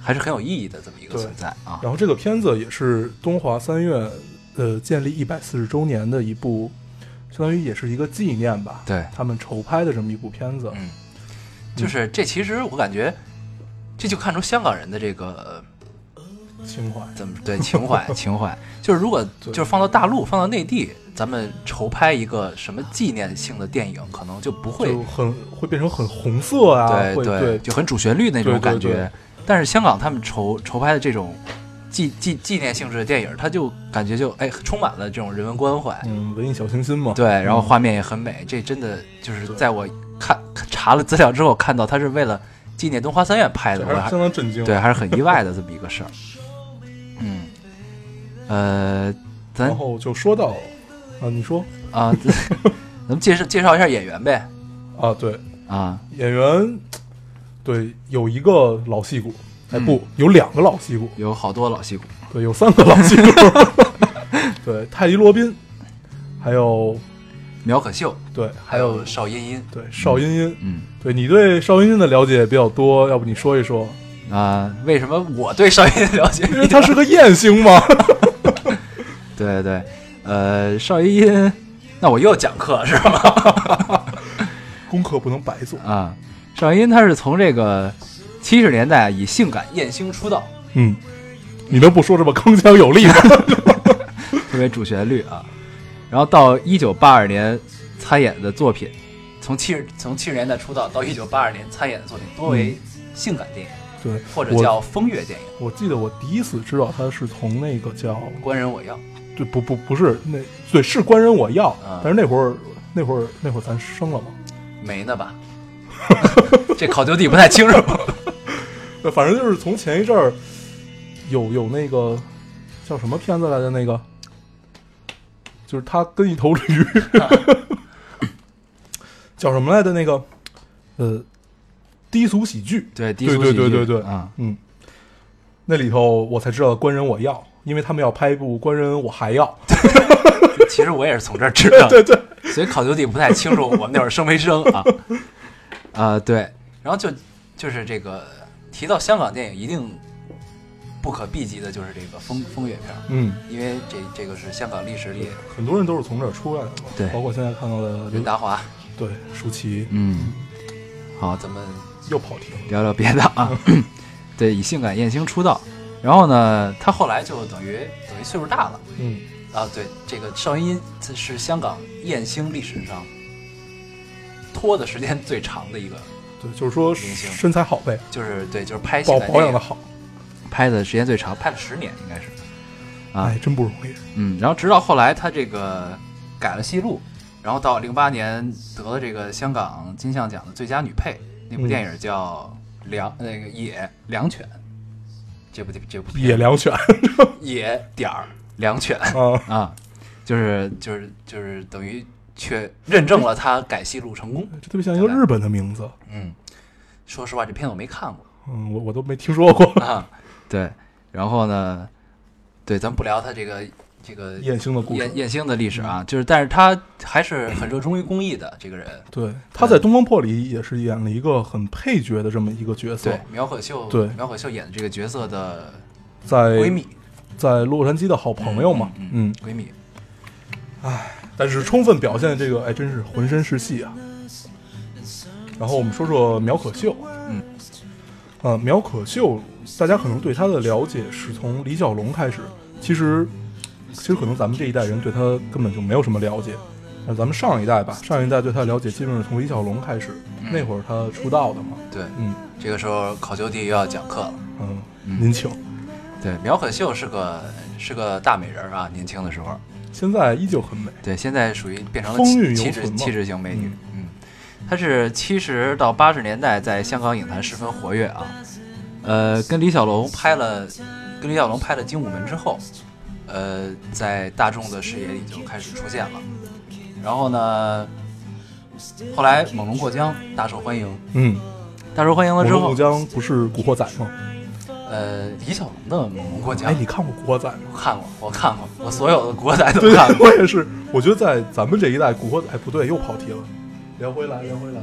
Speaker 1: 还是很有意义的这么一个
Speaker 2: 对
Speaker 1: 存在啊。
Speaker 2: 然后这个片子也是东华三院呃建立一百四十周年的一部，相当于也是一个纪念吧。
Speaker 1: 对
Speaker 2: 他们筹拍的这么一部片子。
Speaker 1: 嗯，就是这其实我感觉这就看出香港人的这个
Speaker 2: 情怀。
Speaker 1: 怎么对情 怀情怀，就是如果
Speaker 2: 对
Speaker 1: 就是放到大陆放到内地，咱们筹拍一个什么纪念性的电影，可能就不会
Speaker 2: 就很会变成很红色啊，
Speaker 1: 对
Speaker 2: 会
Speaker 1: 对，就很主旋律那种
Speaker 2: 对对
Speaker 1: 感觉。
Speaker 2: 对
Speaker 1: 但是香港他们筹筹拍的这种纪纪纪念性质的电影，它就感觉就哎充满了这种人文关怀，
Speaker 2: 嗯，文艺小清新嘛，
Speaker 1: 对，然后画面也很美。这真的就是
Speaker 2: 对
Speaker 1: 在我看查了资料之后，看到它是为了纪念东华三院拍
Speaker 2: 这
Speaker 1: 的，
Speaker 2: 还
Speaker 1: 我
Speaker 2: 是
Speaker 1: 还
Speaker 2: 相当震惊。
Speaker 1: 对还是很意外的这么一个事儿。嗯，呃，咱
Speaker 2: 然后就说到啊，你说
Speaker 1: 啊， 咱咱们介绍介绍一下演员呗
Speaker 2: 啊，对，
Speaker 1: 啊，
Speaker 2: 演员，对，有一个老戏骨，哎
Speaker 1: 嗯
Speaker 2: 不，有两个老戏骨，
Speaker 1: 有好多老戏骨，
Speaker 2: 对，有三个老戏骨， 对，泰迪罗宾，还有
Speaker 1: 苗可秀，
Speaker 2: 对，
Speaker 1: 还
Speaker 2: 还有
Speaker 1: 有邵茵茵，
Speaker 2: 对邵茵茵，
Speaker 1: 嗯。
Speaker 2: 对你对邵茵茵的了解比较多，要不你说一说，
Speaker 1: 啊、为什么我对邵音了 解？
Speaker 2: 因为她是个艳星嘛，
Speaker 1: 对对对，呃，邵音音，那我又讲课是吗？
Speaker 2: 功课不能白做，
Speaker 1: 啊，邵音他是从这个七十年代以性感艳星出道，
Speaker 2: 嗯，你能不说这么铿锵有力吗？
Speaker 1: 特别主旋律啊，然后到一九八二年参演的作品，从七十从七十年代出道到一九八二年参演的作品多为性感电影、
Speaker 2: 对，
Speaker 1: 或者
Speaker 2: 嗯我
Speaker 1: 叫风月电影，
Speaker 2: 我记得我第一次知道他是从那个叫，
Speaker 1: 《官人我要》
Speaker 2: 对，不不不是那，对是官人我要
Speaker 1: 啊，
Speaker 2: 但是那会儿那会儿那会儿咱生了嘛，
Speaker 1: 没呢 吧？这考究地不太清楚。
Speaker 2: 对，反正就是从前一阵儿，有有那个叫什么片子来的那个，就是他跟一头驴，叫什么来的那个，呃，低俗喜剧，
Speaker 1: 对，低俗
Speaker 2: 对
Speaker 1: 喜剧
Speaker 2: 对对对对
Speaker 1: 啊，
Speaker 2: 嗯，那里头我才知道官人我要，因为他们要拍一部官人我还要，
Speaker 1: 其实我也是从这儿知道
Speaker 2: 对对，
Speaker 1: 所以考究地不太清楚我们那会儿生没生啊。啊，对，然后就就是这个提到香港电影，一定不可避及的就是这个风风月片儿，
Speaker 2: 嗯，
Speaker 1: 因为这这个是香港历史里
Speaker 2: 很多人都是从这儿出来的嘛，
Speaker 1: 对
Speaker 2: 包括现在看到的
Speaker 1: 任达华。
Speaker 2: 对舒淇
Speaker 1: 嗯，好，咱们
Speaker 2: 又跑题了，
Speaker 1: 聊聊别的 啊。对，以性感艳星出道，然后呢，他后来就等于等于岁数大了
Speaker 2: 嗯，
Speaker 1: 啊。对，这个邵音这是香港艳星历史上拖的时间最长的一个，
Speaker 2: 对，就是说
Speaker 1: 明星
Speaker 2: 身材好呗，
Speaker 1: 就是对，就是拍性
Speaker 2: 保
Speaker 1: 感
Speaker 2: 保养
Speaker 1: 电
Speaker 2: 的
Speaker 1: 影
Speaker 2: 好，
Speaker 1: 拍的时间最长，拍了十年应该是。啊
Speaker 2: 哎，真不容易，
Speaker 1: 嗯，然后直到后来他这个改了戏路，然后到零八年得了这个香港金像奖的最佳女配，那部
Speaker 2: 嗯
Speaker 1: 电影叫《良》那个野良犬，这部这部片
Speaker 2: 野良犬
Speaker 1: 野点儿良犬
Speaker 2: 啊，
Speaker 1: 啊，就是就是就是等于确认证了他改戏路成功。
Speaker 2: 这特别像一个日本的名字，
Speaker 1: 嗯，说实话，这片子我没看过。
Speaker 2: 嗯，我我都没听说过
Speaker 1: 啊， 对，然后呢，对，咱不聊他这个这个
Speaker 2: 燕星的故
Speaker 1: 燕
Speaker 2: 事。嗯
Speaker 1: 燕星的历史啊，就是但是他还是很热衷于公益的这个人。
Speaker 2: 对，他在《东方破》里也是演了一个很配角的这么一个角色
Speaker 1: 对，，苗可秀，
Speaker 2: 对
Speaker 1: 苗可秀演的这个角色的
Speaker 2: 在
Speaker 1: 闺蜜，
Speaker 2: 在洛杉矶的好朋友嘛，嗯，
Speaker 1: 闺蜜，
Speaker 2: 但是充分表现这个，哎，真是浑身是戏啊。然后我们说说苗可秀，
Speaker 1: 嗯，
Speaker 2: 呃，苗可秀，大家可能对她的了解是从李小龙开始，其实，其实可能咱们这一代人对她根本就没有什么了解，那咱们上一代吧，上一代对她的了解基本是从李小龙开始，那会儿她出道的嘛，
Speaker 1: 对，
Speaker 2: 嗯
Speaker 1: 这个时候考究地又要讲课了。
Speaker 2: 嗯，您请。
Speaker 1: 对，苗可秀是个是个大美人儿啊，年轻的时候，
Speaker 2: 现在依旧很美，
Speaker 1: 对，现在属于变成了
Speaker 2: 风韵
Speaker 1: 气气
Speaker 2: 犹存
Speaker 1: 质
Speaker 2: 嘛
Speaker 1: 气质型美女。嗯，她是七十到八十年代在香港影坛十分活跃啊。呃，跟李小龙拍了，跟李小龙拍了《精武门》之后，呃，在大众的视野里就开始出现了。然后呢，后来《猛龙过江》大受欢迎，
Speaker 2: 嗯，
Speaker 1: 大受欢迎了
Speaker 2: 我
Speaker 1: 之
Speaker 2: 们木
Speaker 1: 后，
Speaker 2: 江不是古惑仔吗？
Speaker 1: 呃，李小龙的《猛龙过江
Speaker 2: 哎，》你看过古惑仔吗？
Speaker 1: 我看过，我看过，我所有的国仔都
Speaker 2: 对
Speaker 1: 看，过。
Speaker 2: 我也是。我觉得在咱们这一代，《古惑仔》哎不对，又跑题了。聊回来，聊回来，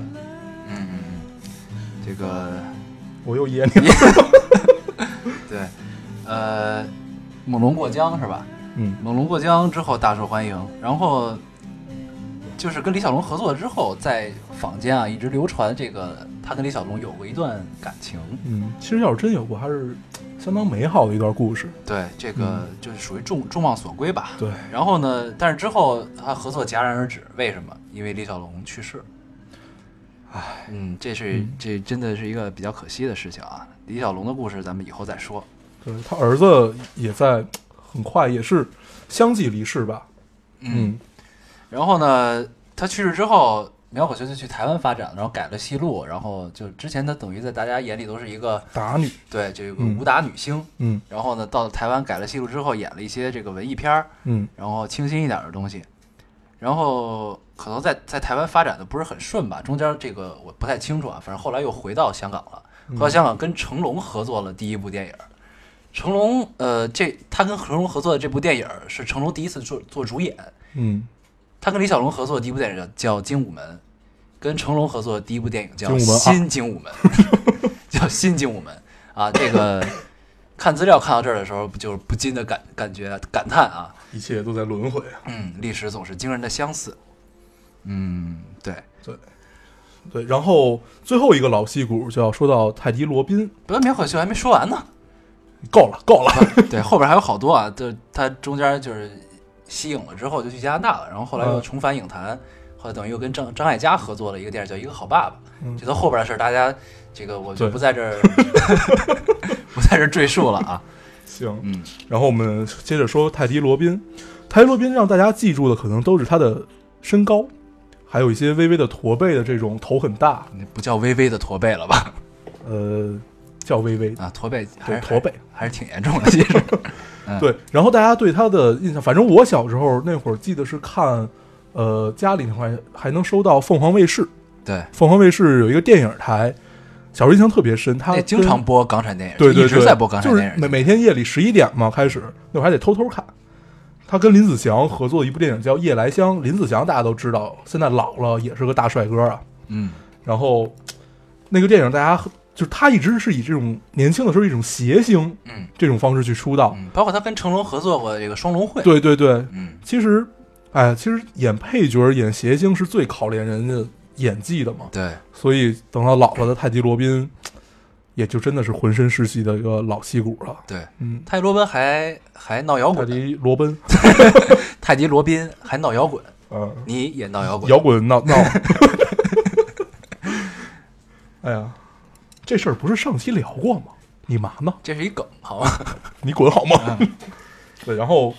Speaker 1: 嗯嗯嗯，这个
Speaker 2: 我又噎你了。
Speaker 1: 对，呃，猛龙过江是吧？
Speaker 2: 嗯，
Speaker 1: 猛龙过江之后大受欢迎，然后就是跟李小龙合作之后，在坊间啊一直流传这个他跟李小龙有过一段感情。
Speaker 2: 嗯，其实要是真有过，还是相当美好的一段故事。
Speaker 1: 对，这个就是属于众众望所归吧。
Speaker 2: 对，
Speaker 1: 然后呢，但是之后他合作戛然而止，为什么？因为李小龙去世。唉，嗯，这是这真的是一个比较可惜的事情啊。李小龙的故事咱们以后再说。
Speaker 2: 对他儿子也在，很快也是相继离世吧。嗯
Speaker 1: 然后呢，他去世之后，苗可秀就去台湾发展，然后改了戏路，然后就之前他等于在大家眼里都是一个
Speaker 2: 打女，
Speaker 1: 对这个
Speaker 2: 嗯
Speaker 1: 武打女星，
Speaker 2: 嗯
Speaker 1: 然后呢到了台湾改了戏路之后，演了一些这个文艺片儿，
Speaker 2: 嗯，
Speaker 1: 然后清新一点的东西，然后可能在在台湾发展的不是很顺吧，中间这个我不太清楚啊，反正后来又回到香港了，回到香港跟成龙合作了第一部电影。成龙，呃，这他跟成龙合作的这部电影是成龙第一次做做主演，
Speaker 2: 嗯，
Speaker 1: 他跟李小龙合作的第一部电影叫《精武门》，跟成龙合作的第一部电影叫《
Speaker 2: 精武门啊二
Speaker 1: 新精武门》， 叫《新精武门》啊。这个看资料看到这儿的时候，不就是不禁的感感觉感叹啊，
Speaker 2: 一切都在轮回啊。
Speaker 1: 嗯，历史总是惊人的相似。嗯，对，
Speaker 2: 对，然后最后一个老戏骨就要说到泰迪罗宾，
Speaker 1: 不过苗可秀还没说完呢，
Speaker 2: 够了，够了。
Speaker 1: 对，后边还有好多啊，就是他中间就是吸影了之后就去加拿大了，然后后来又
Speaker 2: 嗯
Speaker 1: 重返影坛，后来等于又跟张张艾嘉合作了一个电影叫《一个好爸爸》，
Speaker 2: 嗯
Speaker 1: 这都后边的事儿，大家这个我就
Speaker 2: 对
Speaker 1: 不在这 儿不在这儿赘述了啊。
Speaker 2: 行，
Speaker 1: 嗯，
Speaker 2: 然后我们接着说泰迪罗宾。泰迪罗宾让大家记住的可能都是他的身高，还有一些微微的驼背的这种头很大，
Speaker 1: 不叫微微的驼背了吧？
Speaker 2: 呃，叫薇薇，
Speaker 1: 啊，驼背还
Speaker 2: 对，
Speaker 1: 是
Speaker 2: 驼背。
Speaker 1: 还是挺严重的，其 实嗯
Speaker 2: 对，然后大家对他的印象，反正我小时候那会儿记得是看，呃，家里那块还能收到凤凰卫视，
Speaker 1: 对，
Speaker 2: 凤凰卫视有一个电影台，小时候印象特别深，他
Speaker 1: 那经常播港产电影，
Speaker 2: 对对对，
Speaker 1: 一直在播港产
Speaker 2: 就是
Speaker 1: 电
Speaker 2: 每
Speaker 1: 影，
Speaker 2: 每天夜里十一点嘛开始，那会儿还得偷偷看。他跟林子祥合作一部电影叫《夜来香》，林子祥大家都知道，现在老了也是个大帅哥啊。
Speaker 1: 嗯，
Speaker 2: 然后那个电影大家就是他一直是以这种年轻的时候一种谐星，
Speaker 1: 嗯，
Speaker 2: 这种方式去出道。
Speaker 1: 嗯，包括他跟成龙合作过这个《双龙会》，
Speaker 2: 对对对，
Speaker 1: 嗯，
Speaker 2: 其实，哎，其实演配角、演谐星是最考验人家演技的嘛。
Speaker 1: 对，
Speaker 2: 所以等到老了的泰迪罗宾，也就真的是浑身是戏的一个老戏骨了。
Speaker 1: 对，
Speaker 2: 嗯，
Speaker 1: 泰迪罗宾还还闹摇
Speaker 2: 泰
Speaker 1: 滚，
Speaker 2: 迪罗宾，
Speaker 1: 泰迪罗宾还闹摇滚，
Speaker 2: 嗯，
Speaker 1: 你也闹摇滚，
Speaker 2: 摇滚闹闹。 哎呀，这事儿不是上期聊过吗？你嘛呢？啊
Speaker 1: 这是一梗，好吗？
Speaker 2: 你滚好吗？ 对，然后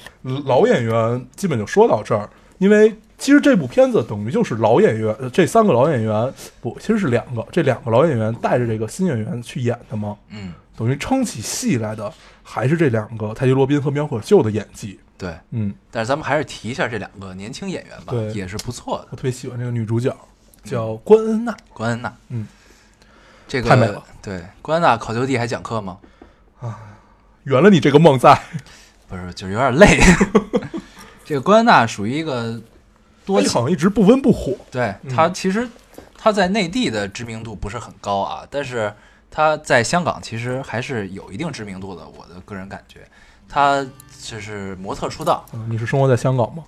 Speaker 2: 老演员基本就说到这儿，因为其实这部片子等于就是老演员，呃这三个老演员不，其实是两个，这两个老演员带着这个新演员去演的嘛，
Speaker 1: 嗯，
Speaker 2: 等于撑起戏来的还是这两个泰迪罗宾和苗可秀的演技。
Speaker 1: 对。
Speaker 2: 嗯，
Speaker 1: 但是咱们还是提一下这两个年轻演员吧
Speaker 2: 对，
Speaker 1: 也是不错的。
Speaker 2: 我特别喜欢这个女主角叫关恩娜，
Speaker 1: 关恩娜，
Speaker 2: 嗯，
Speaker 1: 这个
Speaker 2: 太美了
Speaker 1: 对，关恩娜考究地还讲课吗？
Speaker 2: 圆了你这个梦在。
Speaker 1: 不是，就是有点 累。这个关恩娜属于一个多
Speaker 2: 她好像一直不温不火，
Speaker 1: 对
Speaker 2: 嗯
Speaker 1: 他其实他在内地的知名度不是很高啊，但是他在香港其实还是有一定知名度的。我的个人感觉，他就是模特出道，
Speaker 2: 嗯你是生活在香港吗？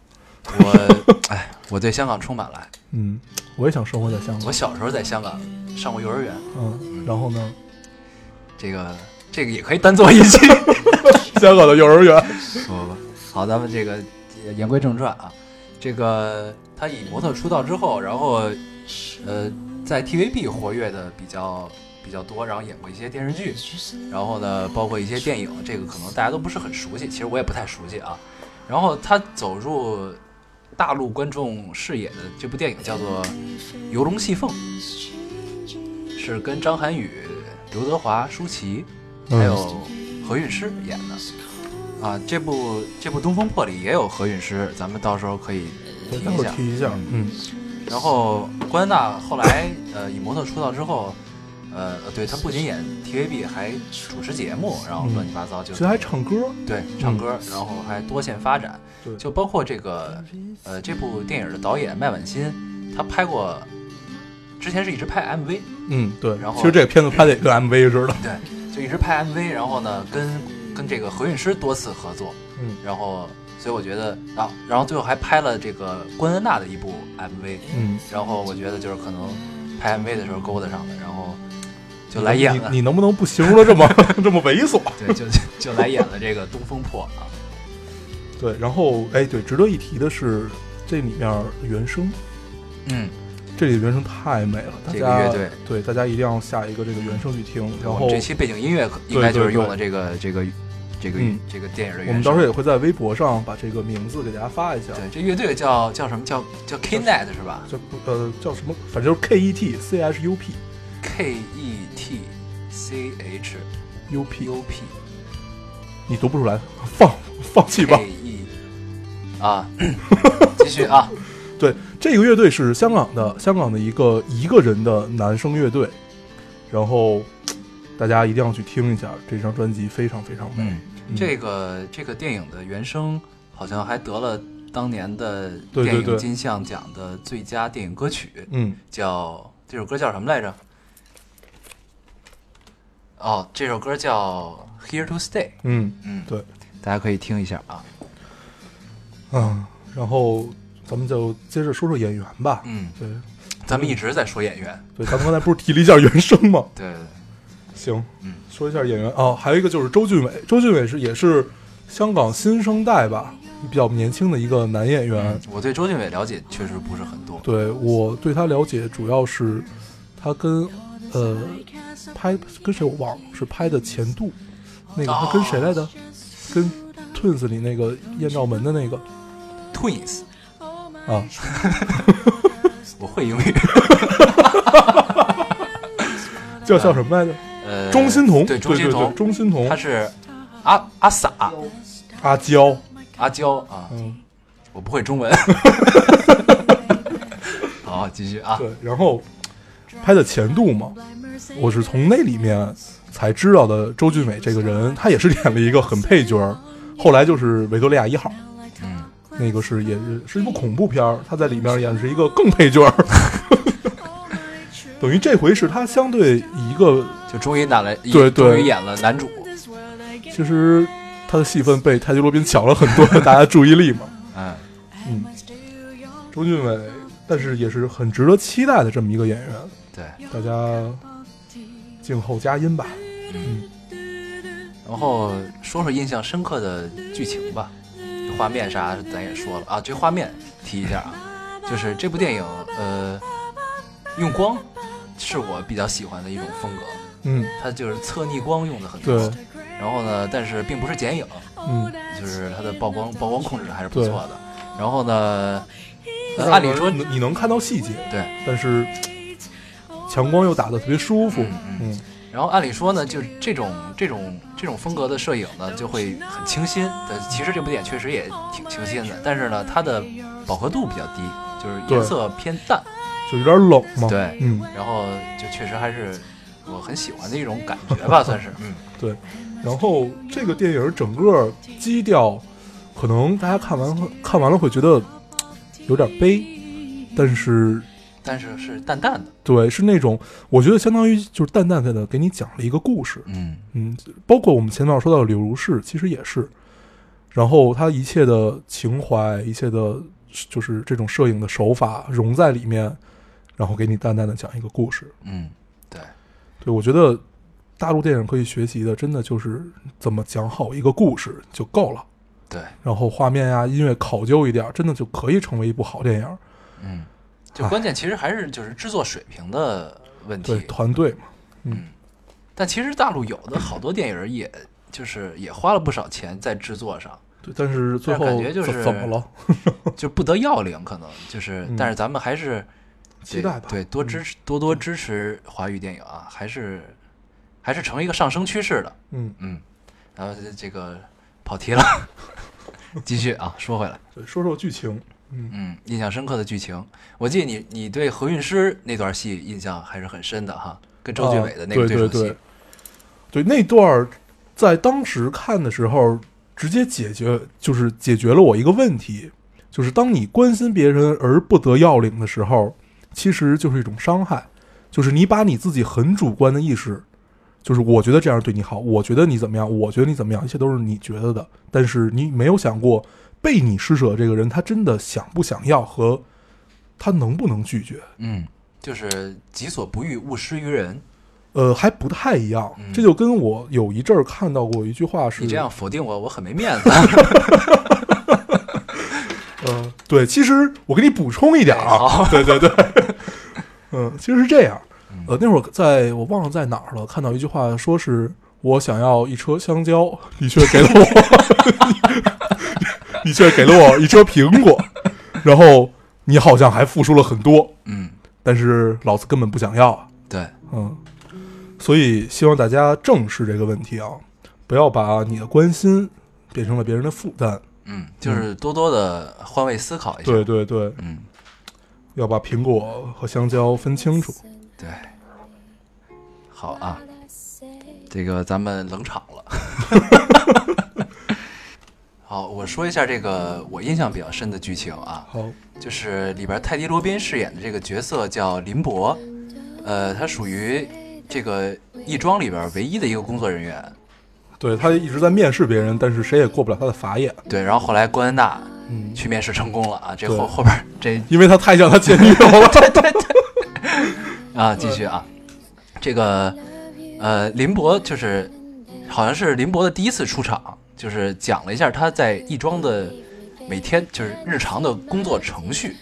Speaker 1: 我哎，我对香港充满了爱。
Speaker 2: 嗯，我也想生活在香
Speaker 1: 我
Speaker 2: 港。
Speaker 1: 小时候在香港上过幼儿园，
Speaker 2: 嗯，然后呢？
Speaker 1: 这个这个也可以单做一期。
Speaker 2: 香港的幼儿园。
Speaker 1: 不不不，好，咱们这个呃言归正传啊，这个呃他以模特出道之后，然后呃在 TVB 活跃的比较比较多，然后演过一些电视剧，然后呢包括一些电影，这个可能大家都不是很熟悉，其实我也不太熟悉啊。然后他走入大陆观众视野的这部电影叫做《游龙戏凤》，是跟张涵予、刘德华、舒淇还有何韵诗演的。啊，这部这部《东风破》里也有何韵诗，咱们到时候可以提
Speaker 2: 待
Speaker 1: 一
Speaker 2: 会
Speaker 1: 下
Speaker 2: 儿。提一下，嗯，
Speaker 1: 然后关娜后来呃以模特出道之后，呃，呃对她不仅演 TVB，还主持节目，然后乱七八糟就
Speaker 2: 嗯其实还唱歌，
Speaker 1: 对唱歌，然后还多线发展，
Speaker 2: 对
Speaker 1: 就包括这个呃这部电影的导演麦婉欣，她拍过，之前是一直拍 MV，
Speaker 2: 嗯，对。
Speaker 1: 然后
Speaker 2: 其实这个片子拍的也跟 MV 似的，
Speaker 1: 对，就一直拍 MV，然后呢跟跟这个何韵诗多次合作，
Speaker 2: 嗯，
Speaker 1: 然后所以我觉得啊，然后最后还拍了这个关恩娜的一部 MV，
Speaker 2: 嗯，
Speaker 1: 然后我觉得就是可能拍 MV 的时候勾搭上的，然后就来演
Speaker 2: 你
Speaker 1: 了，
Speaker 2: 你能不能不形容的这么 这么猥琐？
Speaker 1: 对，就就来演了这个《东风破》啊，
Speaker 2: 对，然后哎，对，值得一提的是这里面原声，
Speaker 1: 嗯，
Speaker 2: 这里原声太美了，大
Speaker 1: 这个
Speaker 2: 家
Speaker 1: 乐队
Speaker 2: 对大家一定要下一个这个原声去听。然
Speaker 1: 我
Speaker 2: 后
Speaker 1: 们这期背景音乐可
Speaker 2: 对
Speaker 1: 应该就是
Speaker 2: 对
Speaker 1: 用了这个这个这个
Speaker 2: 嗯
Speaker 1: 这个电影的
Speaker 2: 我
Speaker 1: 原
Speaker 2: 们到时
Speaker 1: 声
Speaker 2: 候。也会在微博上把这个名字给大家发一下，
Speaker 1: 对，这乐队叫叫什么？叫叫 Knet 是吧
Speaker 2: 叫呃叫什么？反正就是 K E T C H U P
Speaker 1: ？K E T C H
Speaker 2: U P，
Speaker 1: U P
Speaker 2: 你读不出来，放放弃吧
Speaker 1: K。E 啊，继续啊，
Speaker 2: 对，这个乐队是香港的，香港的一个一个人的男声乐队，然后大家一定要去听一下这张专辑，非常非常美。
Speaker 1: 嗯。
Speaker 2: 嗯
Speaker 1: 这个这个电影的原声好像还得了当年的
Speaker 2: 对对
Speaker 1: 电
Speaker 2: 对
Speaker 1: 影金像奖的最佳电影歌曲，
Speaker 2: 嗯，
Speaker 1: 叫这首歌叫什么来着？哦，这首歌叫《Here to Stay》，
Speaker 2: 嗯
Speaker 1: 嗯，
Speaker 2: 对，
Speaker 1: 大家可以听一下啊，
Speaker 2: 啊，然后咱们就接着说说演员吧。
Speaker 1: 嗯，
Speaker 2: 对
Speaker 1: 咱们一直在说演员，
Speaker 2: 对，咱们刚才不是提了一下原声吗？
Speaker 1: 对对
Speaker 2: 行，
Speaker 1: 嗯
Speaker 2: 说一下演员哦，还有一个就是周俊伟，周俊伟是也是香港新生代吧，比较年轻的一个男演员。
Speaker 1: 对，我对周俊伟了解确实不是很多，
Speaker 2: 嗯对我对他了解主要是他跟呃拍跟谁我忘了，是拍的《前度》，那
Speaker 1: 哦
Speaker 2: 个他跟谁来着？跟 Twins 里那个艳照门的那个
Speaker 1: Twins，
Speaker 2: 啊，
Speaker 1: 我会英语，
Speaker 2: 叫叫什么来着？
Speaker 1: 呃，
Speaker 2: 钟欣桐，
Speaker 1: 对
Speaker 2: 对
Speaker 1: 钟
Speaker 2: 对
Speaker 1: 欣
Speaker 2: 对，
Speaker 1: 桐，
Speaker 2: 钟欣桐
Speaker 1: 他，是阿阿撒
Speaker 2: 阿娇，
Speaker 1: 阿娇啊，
Speaker 2: 嗯，
Speaker 1: 我不会中文。 好，继续啊，
Speaker 2: 对，然后拍的《前度》嘛，我是从那里面才知道的周俊伟这个人，他也是演了一个很配角儿，后来就是《维多利亚一号》，
Speaker 1: 嗯，
Speaker 2: 那个是也是一部恐怖片儿，他在里面演的是一个更配角儿， 等于这回是他相对以一个
Speaker 1: 就终于拿来，
Speaker 2: 对对
Speaker 1: 终于演了男主
Speaker 3: 嗯，This world I get
Speaker 2: 其实他的戏份被泰迪罗宾抢了很多大家注意力嘛，
Speaker 1: 嗯，
Speaker 3: I must do your
Speaker 2: 周俊伟，但是也是很值得期待的这么一个演员，
Speaker 1: 对。
Speaker 2: 大家
Speaker 3: party
Speaker 2: 静候佳音吧。
Speaker 1: 然后说说印象深刻的剧情吧，画面啥咱也说了啊，这画面提一下啊，就是这部电影呃，用光是我比较喜欢的一种风格，
Speaker 2: 嗯，
Speaker 1: 它就是侧逆光用的很多。
Speaker 2: 对，
Speaker 1: 然后呢，但是并不是剪影，
Speaker 2: 嗯，
Speaker 1: 就是它的曝光曝光控制还是不错的。然后呢，呃
Speaker 2: 让
Speaker 1: 按理说
Speaker 2: 你你能看到细节，
Speaker 1: 对，
Speaker 2: 但是强光又打得特别舒服。
Speaker 1: 嗯嗯。
Speaker 2: 嗯，
Speaker 1: 然后按理说呢，就是这种这种这种风格的摄影呢，就会很清新。但其实这部电影确实也挺清新的，但是呢，它的饱和度比较低，就是颜色偏淡。
Speaker 2: 就有点冷嘛。
Speaker 1: 对
Speaker 2: 嗯，
Speaker 1: 然后就确实还是我很喜欢的一种感觉吧，算是。嗯，
Speaker 2: 对。然后这个电影整个基调，可能大家看完会看完了会觉得嘖有点悲，但是
Speaker 1: 但是是淡淡的。
Speaker 2: 对，是那种我觉得相当于就是淡淡的给你讲了一个故事。
Speaker 1: 嗯
Speaker 2: 嗯，包括我们前面说到的柳如是，其实也是。然后他一切的情怀，一切的，就是这种摄影的手法融在里面，然后给你淡淡的讲一个故事。
Speaker 1: 嗯，对，
Speaker 2: 对我觉得大陆电影可以学习的，真的就是怎么讲好一个故事就够了。
Speaker 1: 对，
Speaker 2: 然后画面呀、音乐考究一点，真的就可以成为一部好电影。
Speaker 1: 嗯，就关键其实还是就是制作水平的问
Speaker 2: 对
Speaker 1: 题。
Speaker 2: 团队嘛，
Speaker 1: 但其实大陆有的好多电影，也就是也花了不少钱在制作 上。
Speaker 2: 对，但是最后
Speaker 1: 但感觉就是
Speaker 2: 怎怎么了？
Speaker 1: 就不得要领，可能就是，
Speaker 2: 嗯
Speaker 1: 但是咱们还是
Speaker 2: 期待吧嗯
Speaker 1: 对，对多支持、多多支持华语电影啊，还是还是成一个上升趋势的，
Speaker 2: 嗯，
Speaker 1: 嗯。然后这这个跑题了， 继续啊，说回来，
Speaker 2: 对，说说剧情。嗯，
Speaker 1: 嗯，印象深刻的剧情，我记得你你对何韵诗那段戏印象还是很深的哈，跟周俊伟的那个
Speaker 2: 啊对
Speaker 1: 手戏，
Speaker 2: 对对，那段儿在当时看的时候，直接解决就是解决了我一个问题，就是当你关心别人而不得要领的时候，其实就是一种伤害，就是你把你自己很主观的意识，就是我觉得这样对你好，我觉得你怎么样，我觉得你怎么样，一切都是你觉得的，但是你没有想过被你施舍的这个人，他真的想不想要和他能不能拒绝。
Speaker 1: 嗯，就是己所不欲，勿施于人。
Speaker 2: 呃，还不太一样
Speaker 1: 嗯。
Speaker 2: 这就跟我有一阵儿看到过一句话是，
Speaker 1: 你这样否定我，我很没面子。
Speaker 2: 呃，对，其实我给你补充一点儿
Speaker 1: 哎
Speaker 2: 啊， 对对对，嗯，其实是这样。
Speaker 1: 嗯
Speaker 2: 呃，那会儿在我忘了在哪儿了，看到一句话，说是我想要一车香蕉，你却给了我 你，你却给了我一车苹果，然后你好像还付出了很多，
Speaker 1: 嗯，
Speaker 2: 但是老子根本不想要啊。
Speaker 1: 对，
Speaker 2: 嗯，所以希望大家正视这个问题啊，不要把你的关心变成了别人的负担。
Speaker 1: 嗯，就是多多的换位思考一下。
Speaker 2: 对对对，
Speaker 1: 嗯，
Speaker 2: 要把苹果和香蕉分清楚。
Speaker 1: 对。好啊，这个咱们冷场了。 好，我说一下这个我印象比较深的剧情啊，
Speaker 2: 好，
Speaker 1: 就是里边泰迪罗宾饰演的这个角色叫林博，呃，他属于这个亦庄里边唯一的一个工作人员。
Speaker 2: 对他一直在面试别人，但是谁也过不了他的法眼，
Speaker 1: 对，然后后来关恩娜
Speaker 2: 嗯
Speaker 1: 去面试成功了啊，这
Speaker 2: 对
Speaker 1: 后后边这
Speaker 2: 因为他太像他前女 友了。
Speaker 1: 啊，继续啊，这个呃，林博就是好像是林博的第一次出场，就是讲了一下他在亦庄的每天就是日常的工作程序，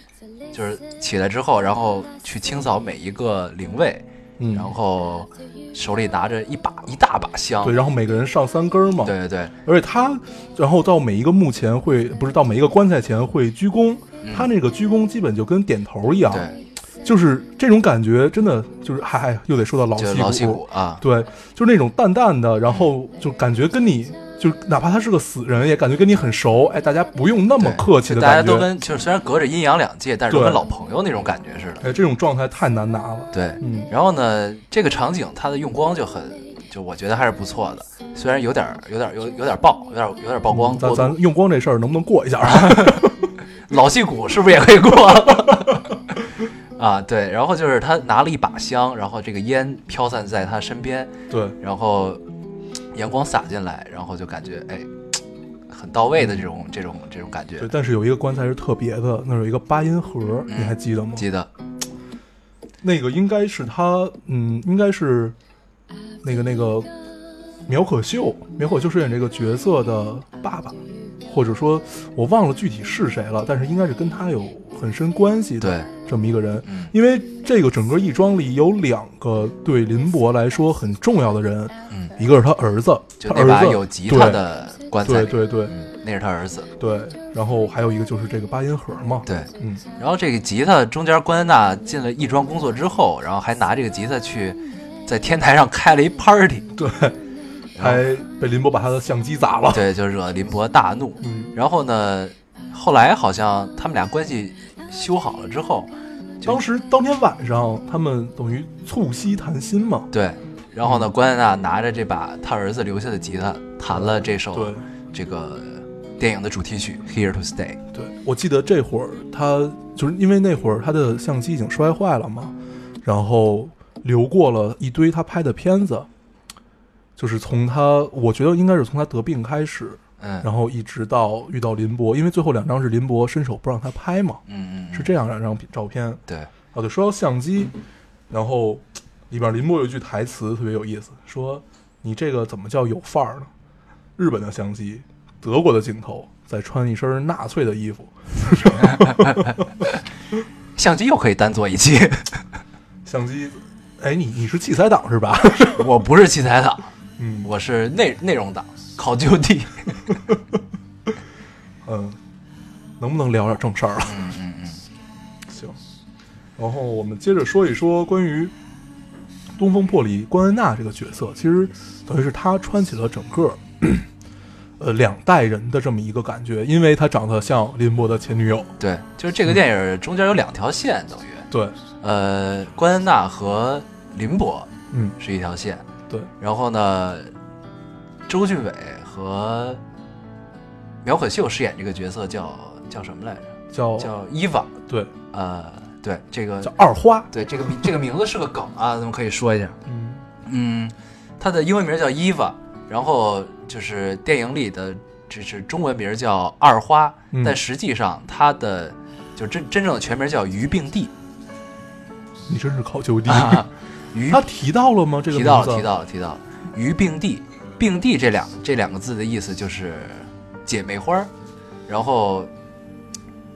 Speaker 1: 就是起来之后，然后去清扫每一个灵位，
Speaker 2: 嗯，
Speaker 1: 然后手里拿着一把一大把香
Speaker 2: 对，，然后每个人上三根儿嘛。
Speaker 1: 对，对对，
Speaker 2: 而且他，然后到每一个墓前会，不是到每一个棺材前会鞠躬，他那个鞠躬基本就跟点头一样，
Speaker 1: 嗯对
Speaker 2: 就是这种感觉，真的就是嗨嗨，又得说到老
Speaker 1: 就是
Speaker 2: 戏
Speaker 1: 老戏
Speaker 2: 骨
Speaker 1: 骨，啊，
Speaker 2: 对，就是那种淡淡的，然后就感觉跟你，就是哪怕他是个死人，也感觉跟你很熟，哎，大家不用那么
Speaker 1: 对
Speaker 2: 客气的
Speaker 1: 就大家
Speaker 2: 感
Speaker 1: 都
Speaker 2: 觉，
Speaker 1: 跟就是虽然隔着阴阳两界，但是都
Speaker 2: 对
Speaker 1: 跟老朋友那种感觉似的。
Speaker 2: 哎，这种状态太难拿了，
Speaker 1: 对，
Speaker 2: 嗯，
Speaker 1: 然后呢，这个场景它的用光就很，就我觉得还是不错的，虽然有点儿有点儿有有点儿爆，有点儿有点儿曝光
Speaker 2: 咱
Speaker 1: 过
Speaker 2: 嗯咱
Speaker 1: 度。
Speaker 2: 用光这事儿能不能过一下 啊？
Speaker 1: 老戏骨是不是也可以过？ 啊，对，然后就是他拿了一把香，然后这个烟飘散在他身边，
Speaker 2: 对，
Speaker 1: 然后嘖阳光洒进来，然后就感觉哎，嘖很到位的这种这种这种感觉
Speaker 2: 嗯对，。但是有一个棺材是特别的，那有一个八音盒，你还记得吗？
Speaker 1: 记得
Speaker 2: 那个应该是他，嗯，应该是那个那个苗可秀，苗可秀饰演这个角色的爸爸，或者说我忘了具体是谁了，但是应该是跟他有很深关系的
Speaker 1: 对，
Speaker 2: 这么一个人。
Speaker 1: 嗯
Speaker 2: 因为这个整个义庄里有两个对林博来说很重要的人，
Speaker 1: 嗯，
Speaker 2: 一个是他儿子，
Speaker 1: 就那
Speaker 2: 他儿
Speaker 1: 把
Speaker 2: 子
Speaker 1: 有吉他的棺材
Speaker 2: 对
Speaker 1: 里，
Speaker 2: 对对
Speaker 1: 嗯，那是他儿子。
Speaker 2: 对对，然后还有一个就是这个八音盒嘛，
Speaker 1: 对，
Speaker 2: 嗯，
Speaker 1: 然后这个吉他中间关娜进了亦庄工作之后，然后还拿这个吉他去在天台上开了一 party，
Speaker 2: 对，
Speaker 1: 然后
Speaker 2: 还被林博把他的相机砸了，
Speaker 1: 对，就惹林博大怒。
Speaker 2: 嗯，
Speaker 1: 然后呢，后来好像他们俩关系修好了之后，就
Speaker 2: 当时当天晚上，他们等于促膝谈心嘛。
Speaker 1: 对，然后呢，关娜拿着这把他儿子留下的吉他，弹了这首
Speaker 2: 对
Speaker 1: 这个电影的主题曲《Here to Stay》。
Speaker 2: 对，我记得这会儿他就是因为那会儿他的相机已经摔坏了嘛，然后流过了一堆他拍的片子，就是从他我觉得应该是从他得病开始，
Speaker 1: 嗯
Speaker 2: 然后一直到遇到林博，因为最后两张是林博伸手不让他拍嘛，
Speaker 1: 嗯嗯，
Speaker 2: 是这样两张照片。
Speaker 1: 对，
Speaker 2: 哦，对，说到相机，然后里边林默有一句台词特别有意思，说你这个怎么叫有范儿呢？日本的相机，德国的镜头，再穿一身纳粹的衣服，
Speaker 1: 相机又可以单做一期，
Speaker 2: 相机，哎，你你是器材党是吧？
Speaker 1: 我不是器材党，
Speaker 2: 嗯
Speaker 1: 我是内内容党，Call Duty。
Speaker 2: 嗯，能不能聊点正事儿了？
Speaker 1: 嗯嗯嗯。
Speaker 2: 行，然后我们接着说一说关于《东风破》里关恩娜这个角色，其实等于是她穿起了整个 呃两代人的这么一个感觉，因为她长得像林博的前女友，
Speaker 1: 对，就是这个电影中间有两条线，等于
Speaker 2: 对，
Speaker 1: 呃，关恩娜和林博
Speaker 2: 嗯，
Speaker 1: 是一条线，
Speaker 2: 对，
Speaker 1: 然后呢，周俊伟和苗可秀饰演这个角色叫叫什么来着？
Speaker 2: 叫
Speaker 1: 叫伊娃。
Speaker 2: 哦对
Speaker 1: 呃，对，这个
Speaker 2: 叫二花，
Speaker 1: 对这个名这个名字是个梗啊，咱们可以说一下。
Speaker 2: 嗯，
Speaker 1: 嗯，她的英文名叫伊娃，然后就是电影里的就是中文名叫二花，
Speaker 2: 嗯
Speaker 1: 但实际上她的就真真正的全名叫于并蒂。
Speaker 2: 你真是考究低。
Speaker 1: 啊，于
Speaker 2: 他提到了吗？这个
Speaker 1: 提到
Speaker 2: 名字
Speaker 1: 了提，到了提到了于并蒂，并蒂这两这两个字的意思就是姐妹花儿，然后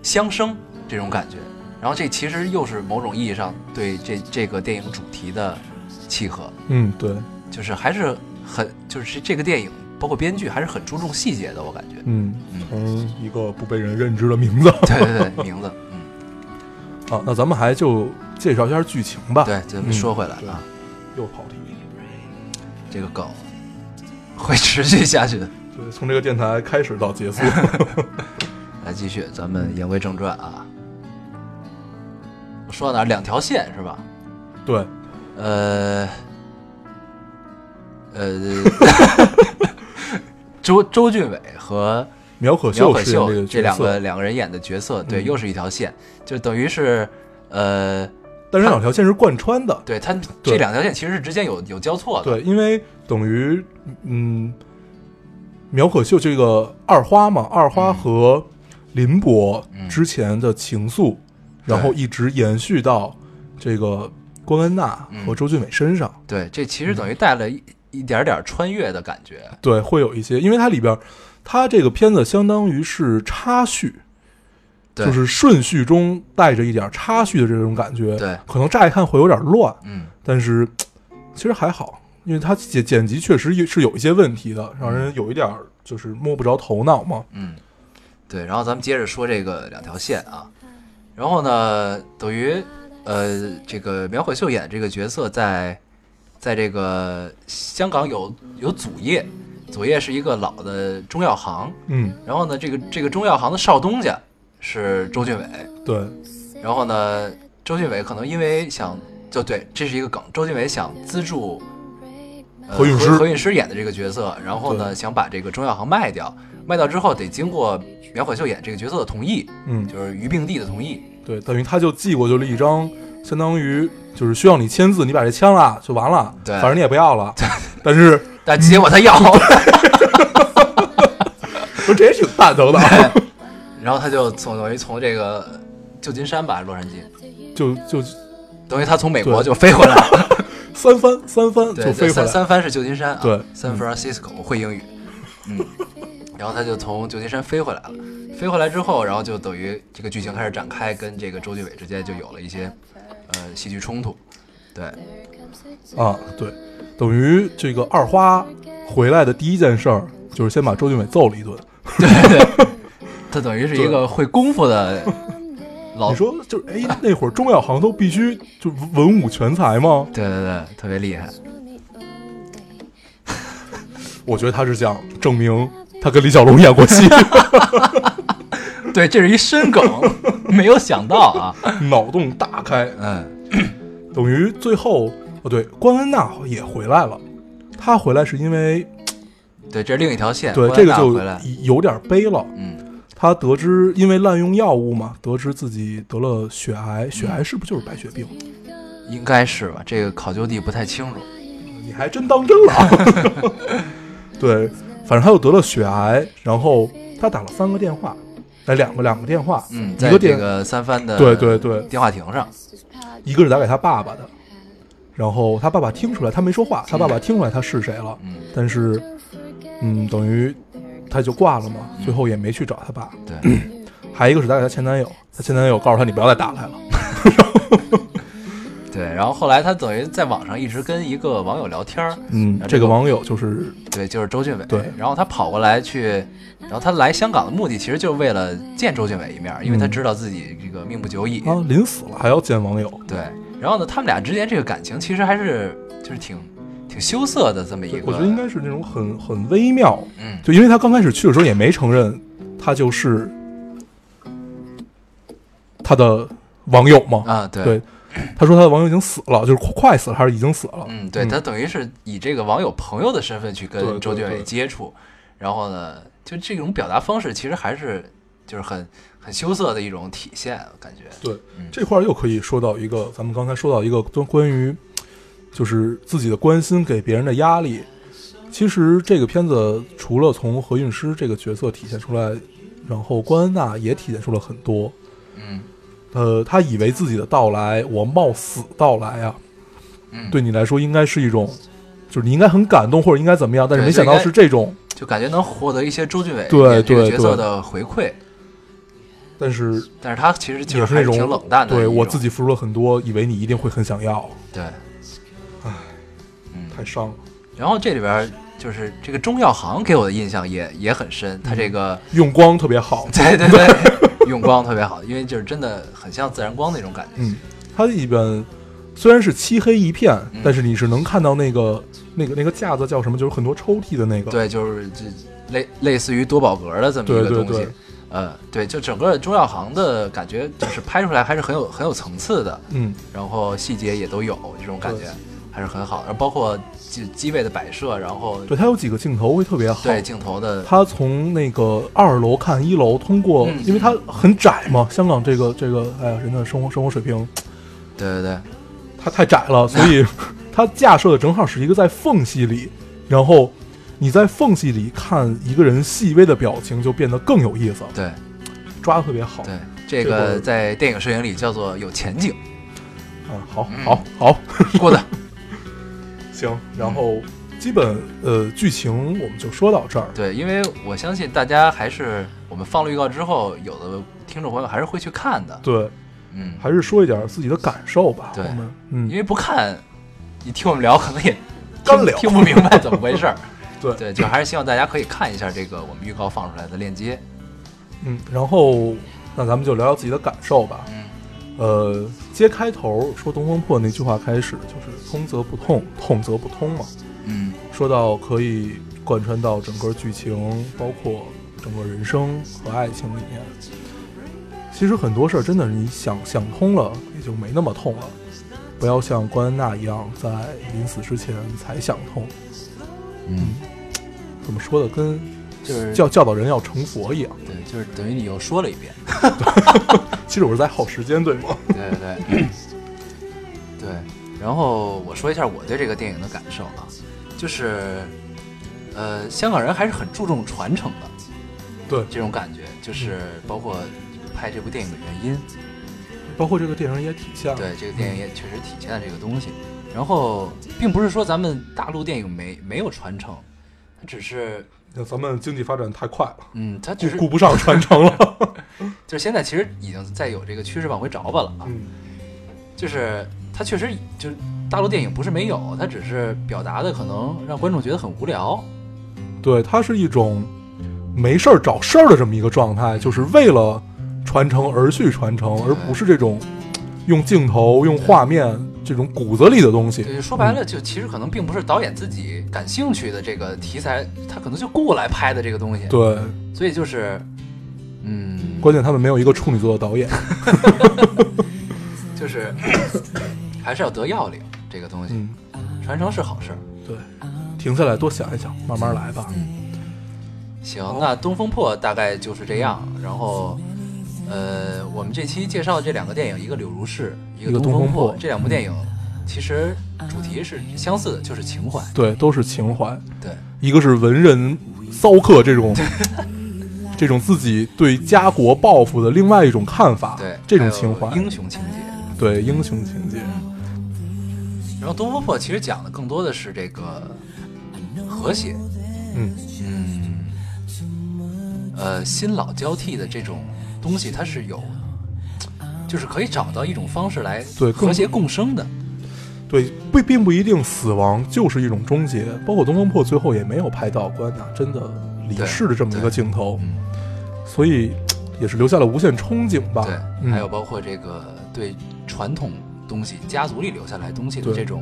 Speaker 1: 相生这种感觉，然后这其实又是某种意义上对这这个电影主题的契合，
Speaker 2: 嗯，对，
Speaker 1: 就是还是很就是这个电影包括编剧还是很注重细节的，我感觉。
Speaker 2: 嗯
Speaker 1: 嗯，
Speaker 2: 从一个不被人认知的名字
Speaker 1: 对对对，名字，嗯，
Speaker 2: 啊，那咱们还就介绍一下剧情吧。
Speaker 1: 对，咱们
Speaker 2: 嗯
Speaker 1: 说回来
Speaker 2: 对
Speaker 1: 啊，
Speaker 2: 又跑题。
Speaker 1: 这个梗会持续下去的。
Speaker 2: 对，从这个电台开始到结束，
Speaker 1: 来继续，咱们言归正传啊。我说到哪儿？两条线是吧？
Speaker 2: 对，
Speaker 1: 呃，呃， 周周俊伟和
Speaker 2: 苗可
Speaker 1: 苗
Speaker 2: 秀
Speaker 1: 可
Speaker 2: 饰演
Speaker 1: 秀
Speaker 2: 这个
Speaker 1: 这
Speaker 2: 角
Speaker 1: 两个
Speaker 2: 色，
Speaker 1: 两个人演的角色，对，
Speaker 2: 嗯
Speaker 1: 又是一条线，就等于是呃，
Speaker 2: 但是这两条线是贯穿的。
Speaker 1: 对他们
Speaker 2: 对
Speaker 1: 这两条线其实是之间有有交错的，
Speaker 2: 对，因为等于嗯，苗可秀这个二花嘛，二花和林博
Speaker 1: 嗯
Speaker 2: 之前的情愫，然后一直延续到这个关恩娜
Speaker 1: 嗯
Speaker 2: 和周俊伟身上。
Speaker 1: 对，这其实等于带了一一点点穿越的感觉，
Speaker 2: 对，会有一些，因为它里边，它这个片子相当于是插叙，
Speaker 1: 对，
Speaker 2: 就是顺序中带着一点插叙的这种感觉。
Speaker 1: 对，
Speaker 2: 可能乍一看会有点乱，
Speaker 1: 嗯，
Speaker 2: 但是其实还好，因为它剪剪辑确实也是有一些问题的，让人有一点儿就是摸不着头脑嘛。
Speaker 1: 嗯，对，然后咱们接着说这个两条线啊，然后呢，等于呃，这个苗可秀演这个角色在在这个香港有有祖业，祖业是一个老的中药行，
Speaker 2: 嗯，
Speaker 1: 然后呢，这个这个中药行的少东家是周俊伟，
Speaker 2: 对，
Speaker 1: 然后呢，周俊伟可能因为想，就对，这是一个梗。周俊伟想资助、呃
Speaker 2: 何韵诗
Speaker 1: 何韵诗演的这个角色，然后呢，想把这个中药行卖掉，卖掉之后得经过苗可秀演这个角色的同意，
Speaker 2: 嗯，
Speaker 1: 就是于并蒂的同意。
Speaker 2: 对，等于他就寄过去了一张，相当于就是需要你签字，你把这签了就完了，
Speaker 1: 对
Speaker 2: 反正你也不要了。 但是
Speaker 1: 但结果他要，
Speaker 2: 说这也挺蛋疼的啊，
Speaker 1: 然后他就从等于从这个旧金山吧，洛杉矶，
Speaker 2: 就就
Speaker 1: 等于他从美国
Speaker 2: 对
Speaker 1: 就飞回来了。
Speaker 2: 三番三番
Speaker 1: 对，
Speaker 2: 就
Speaker 1: 对
Speaker 2: 飞回
Speaker 1: 三
Speaker 2: 来，
Speaker 1: 三藩是旧金山啊，
Speaker 2: 对
Speaker 1: ，San
Speaker 2: 嗯
Speaker 1: Francisco 会英语，嗯，然后他就从旧金山飞回来了，飞回来之后，然后就等于这个剧情开始展开，跟这个周俊伟之间就有了一些呃戏剧冲突，对，
Speaker 2: 啊，对，等于这个二花回来的第一件事儿就是先把周俊伟揍了一顿。
Speaker 1: 他等于是一个会功夫的老
Speaker 2: 你，说就是哎，那会儿中药行都必须就文武全才吗？
Speaker 1: 对对对，特别厉害，
Speaker 2: 我觉得他是想证明他跟李小龙演过戏，
Speaker 1: 对，这是一深梗， 没有想到啊，
Speaker 2: 脑洞大开。
Speaker 1: 嗯，
Speaker 2: 等于最后哦，对，关恩娜也回来了。她回来是因为
Speaker 1: 对，这是另一条线，
Speaker 2: 对
Speaker 1: 郭
Speaker 2: 这
Speaker 1: 安
Speaker 2: 个
Speaker 1: 娜
Speaker 2: 就
Speaker 1: 回来，
Speaker 2: 有点悲了。
Speaker 1: 嗯，
Speaker 2: 她得知因为滥用药物嘛，得知自己得了血癌，血癌是不是就是白血病？
Speaker 1: 应该是吧，这个考究地不太清楚，
Speaker 2: 你还真当真了 啊。对，反正她又得了血癌，然后她打了三个电话，哎，两个两个电话，
Speaker 1: 嗯，
Speaker 2: 一
Speaker 1: 在
Speaker 2: 个
Speaker 1: 这
Speaker 2: 电
Speaker 1: 个三藩的
Speaker 2: 对对对
Speaker 1: 电话亭上，
Speaker 2: 一个是打给他爸爸的，然后他爸爸听出来，他没说话，他爸爸听出来他是谁了，
Speaker 1: 嗯
Speaker 2: 但是，嗯，等于他就挂了嘛，
Speaker 1: 嗯
Speaker 2: 最后也没去找他爸。
Speaker 1: 对。
Speaker 2: 还一个是打给他前男友，他前男友告诉他你不要再打来了，
Speaker 1: 对，然后后来他等于在网上一直跟一个网友聊天儿，
Speaker 2: 嗯，这个网友就是
Speaker 1: 对，就是周俊伟。
Speaker 2: 对
Speaker 1: 然后他跑过来去，然后他来香港的目的其实就是为了见周俊伟一面儿，因为他
Speaker 2: 嗯
Speaker 1: 知道自己这个命不久矣。
Speaker 2: 啊，临死了还要见网友，
Speaker 1: 对，然后呢，他们俩之间这个感情其实还是就是挺挺羞涩的这么一
Speaker 2: 对
Speaker 1: 个，
Speaker 2: 我觉得应该是那种很很微妙，
Speaker 1: 嗯，
Speaker 2: 就因为他刚开始去的时候也没承认他就是他的网友嘛，
Speaker 1: 啊，对，
Speaker 2: 对，他说他的网友已经死了，就是快死了还是已经死了，
Speaker 1: 嗯，对他等于是以这个网友朋友的身份去
Speaker 2: 对
Speaker 1: 跟
Speaker 2: 对
Speaker 1: 周俊伟
Speaker 2: 对
Speaker 1: 接触，然后呢，就这种表达方式其实还是就是很很羞涩的一种体现，我感觉。
Speaker 2: 对
Speaker 1: 嗯，
Speaker 2: 这块儿又可以说到一个，咱们刚才说到一个关关于，就是自己的关心给别人的压力。其实这个片子除了从何韵诗这个角色体现出来，然后关恩娜也体现出了很多。
Speaker 1: 嗯
Speaker 2: 呃，她以为自己的到来，我冒死到来啊，
Speaker 1: 嗯，
Speaker 2: 对你来说应该是一种，就是你应该很感动或者应该怎么样，但是
Speaker 1: 对
Speaker 2: 没想到
Speaker 1: 就应该
Speaker 2: 是这种。
Speaker 1: 就感觉能获得一些周俊伟
Speaker 2: 对
Speaker 1: 演这个
Speaker 2: 对
Speaker 1: 角色
Speaker 2: 对
Speaker 1: 的回馈，
Speaker 2: 但是
Speaker 1: 但是他其实就
Speaker 2: 也是
Speaker 1: 还
Speaker 2: 那
Speaker 1: 是
Speaker 2: 种
Speaker 1: 挺冷淡的一种。
Speaker 2: 对我自己付出了很多，以为你一定会很想要，
Speaker 1: 对，嗯。
Speaker 2: 太伤了。
Speaker 1: 然后这里边儿就是这个中药行给我的印象也也很深，他
Speaker 2: 嗯
Speaker 1: 这个、
Speaker 2: 用光特别好，
Speaker 1: 对对 对，用光特别好，因为就是真的很像自然光那种感觉。
Speaker 2: 嗯，它一般虽然是漆黑一片，
Speaker 1: 嗯
Speaker 2: 但是你是能看到那个那个那个架子叫什么，就是很多抽屉的那个。
Speaker 1: 对，就是这类类似于多宝格的这么一
Speaker 2: 对
Speaker 1: 个
Speaker 2: 对
Speaker 1: 东西。
Speaker 2: 对，
Speaker 1: 呃，对，就整个中药行的感觉，就是拍出来还是很有很有层次的。
Speaker 2: 嗯，
Speaker 1: 然后细节也都有这种感觉
Speaker 2: 对，
Speaker 1: 还是很好。然后包括机机位的摆设，然后
Speaker 2: 对，它有几个镜头会特别好。
Speaker 1: 对镜头的，
Speaker 2: 它从那个二楼看一楼，通过，
Speaker 1: 嗯
Speaker 2: 因为它很窄嘛，香港这个这个，哎呀，人的生活生活水平
Speaker 1: 对对对，
Speaker 2: 它太窄了，所以它架设的正好是一个在缝隙里，然后你在缝隙里看一个人细微的表情，就变得更有意思了，
Speaker 1: 对
Speaker 2: 抓的特别好。
Speaker 1: 对，这
Speaker 2: 这会
Speaker 1: 个
Speaker 2: 儿
Speaker 1: 在电影摄影里叫做有前景，
Speaker 2: 啊，好
Speaker 1: 嗯，
Speaker 2: 好，好。
Speaker 1: 过 的，
Speaker 2: 行，然后基本呃剧情我们就说到这儿。
Speaker 1: 对，因为我相信大家还是我们放了预告之后，有的听众朋友还是会去看的，
Speaker 2: 对，
Speaker 1: 嗯，
Speaker 2: 还是说一点自己的感受吧。
Speaker 1: 对
Speaker 2: 我们
Speaker 1: 因
Speaker 2: 嗯，
Speaker 1: 为不看，你听我们聊可能也
Speaker 2: 干聊。
Speaker 1: 听 不明白怎么回事儿
Speaker 2: 对
Speaker 1: 对，就还是希望大家可以看一下这个我们预告放出来的链接。
Speaker 2: 嗯，然后那咱们就聊聊自己的感受吧。
Speaker 1: 嗯
Speaker 2: 呃，接开头说《东风破》那句话开始，就是“通则不痛，痛则不通”嘛。
Speaker 1: 嗯
Speaker 2: 说到可以贯穿到整个剧情，包括整个人生和爱情里面。其实很多事儿真的是你想想通了，也就没那么痛了。不要像关安娜一样，在临死之前才想通。
Speaker 1: 嗯，
Speaker 2: 怎么说的，跟
Speaker 1: 就是
Speaker 2: 教教导人要成佛一样。
Speaker 1: 对，就是等于你又说了一 遍。
Speaker 2: 其实我是在耗时间，对吗？
Speaker 1: 对对对，对。然后我说一下我对这个电影的感受啊，就是，呃，香港人还是很注重传承的
Speaker 2: 对，嗯
Speaker 1: 这种感觉，就是包括拍这部电影的原因，
Speaker 2: 包括这个电影也体现了。
Speaker 1: 对这个电影也确实体现了这个东西。然后，并不是说咱们大陆电影没没有传承，它只是，
Speaker 2: 那咱们经济发展太快了，
Speaker 1: 嗯，它
Speaker 2: 顾
Speaker 1: 只是
Speaker 2: 顾不上传 承了。
Speaker 1: 就是现在其实已经在有这个趋势往回找吧了啊。
Speaker 2: 嗯，
Speaker 1: 就是它确实就是大陆电影不是没有，它只是表达的可能让观众觉得很无聊。
Speaker 2: 对，它是一种没事儿找事儿的这么一个状态，就是为了传承而去传承，而不是这种用镜头、用画面这种骨子里的东西。
Speaker 1: 对，说白了，就其实可能并不是导演自己感兴趣的这个题材，他可能就雇来拍的这个东西。，
Speaker 2: 对，
Speaker 1: 所以就是，嗯，
Speaker 2: 关键他们没有一个处女座的导演。
Speaker 1: 就是 还是要得要领这个东西，
Speaker 2: 嗯，
Speaker 1: 传承是好事儿。
Speaker 2: 对，嗯停下来多想一想，慢慢来吧。
Speaker 1: 嗯行，那《东风破》大概就是这样。然后，呃，我们这期介绍这两个电影，一个《柳如是》，一个
Speaker 2: 一
Speaker 1: 《
Speaker 2: 个
Speaker 1: 风
Speaker 2: 东风破嗯
Speaker 1: 这两部电影其实主题是相似的，就是情怀。
Speaker 2: 对，都是情怀。
Speaker 1: 对，
Speaker 2: 一个是文人骚客这 种这种自己对家国抱负的另外一种看法，
Speaker 1: 对，
Speaker 2: 啊这种
Speaker 1: 还有
Speaker 2: 情怀，
Speaker 1: 英雄情节。
Speaker 2: 对英雄情节，
Speaker 1: 然后《东风破》其实讲的更多的是这个和谐，
Speaker 2: 嗯，
Speaker 1: 嗯，呃，新老交替的这种东西，它是有，就是可以找到一种方式来
Speaker 2: 对更
Speaker 1: 和谐共生的。
Speaker 2: 对，不并不一定死亡就是一种终结，包括《东风破》最后也没有拍到关呐真的离世的这么一个镜头，
Speaker 1: 嗯，
Speaker 2: 所以嘖也是留下了无限憧憬吧。
Speaker 1: 对，
Speaker 2: 嗯
Speaker 1: 还有包括这个对传统东西、家族里留下来东西的
Speaker 2: 对
Speaker 1: 这种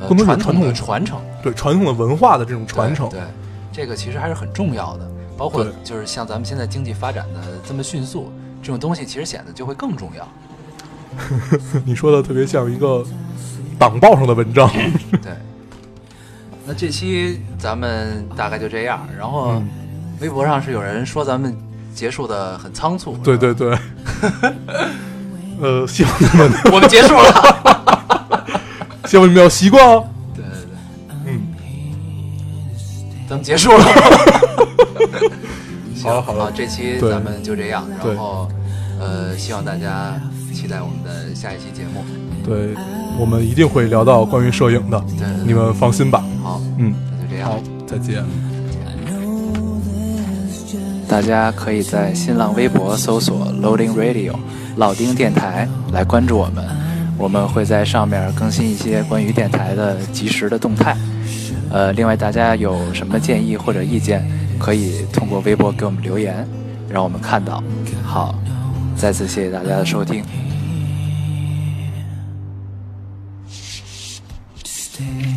Speaker 1: 呃
Speaker 2: 更多是
Speaker 1: 传统的
Speaker 2: 传统
Speaker 1: 传承、
Speaker 2: 对传统的文化的这种传承，
Speaker 1: 对，对这个其实还是很重要的。包括
Speaker 2: 对
Speaker 1: 就是像咱们现在经济发展的这么迅速，这种东西其实显得就会更重 要。
Speaker 2: 你说的特别像一个党报上的文章。
Speaker 1: 对，那这期咱们大概就这样。然后
Speaker 2: 嗯
Speaker 1: 微博上是有人说咱们结束的很仓促，
Speaker 2: 对对对， 呃，希望你们
Speaker 1: 我们结束了。
Speaker 2: 希望你们要习惯哦。
Speaker 1: 对对对，
Speaker 2: 嗯，
Speaker 1: 咱们结束了。行
Speaker 2: 好了好了
Speaker 1: 这期
Speaker 2: 对
Speaker 1: 咱们就这样。
Speaker 2: 对
Speaker 1: 然后呃，希望大家期待我们的下一期节目。
Speaker 2: 对，我们一定会聊到关于摄影的，
Speaker 1: 对对对
Speaker 2: 你们放心吧。
Speaker 1: 好，
Speaker 2: 嗯，
Speaker 1: 那就这样
Speaker 2: 好。，再见。
Speaker 1: 大家可以在新浪微博搜索 Loading Radio 老丁电台来关注我们，我们会在上面更新一些关于电台的及时的动态。呃，另外大家有什么建议或者意见，可以通过微博给我们留言，让我们看到。好，再次谢谢大家的收听。
Speaker 4: stay.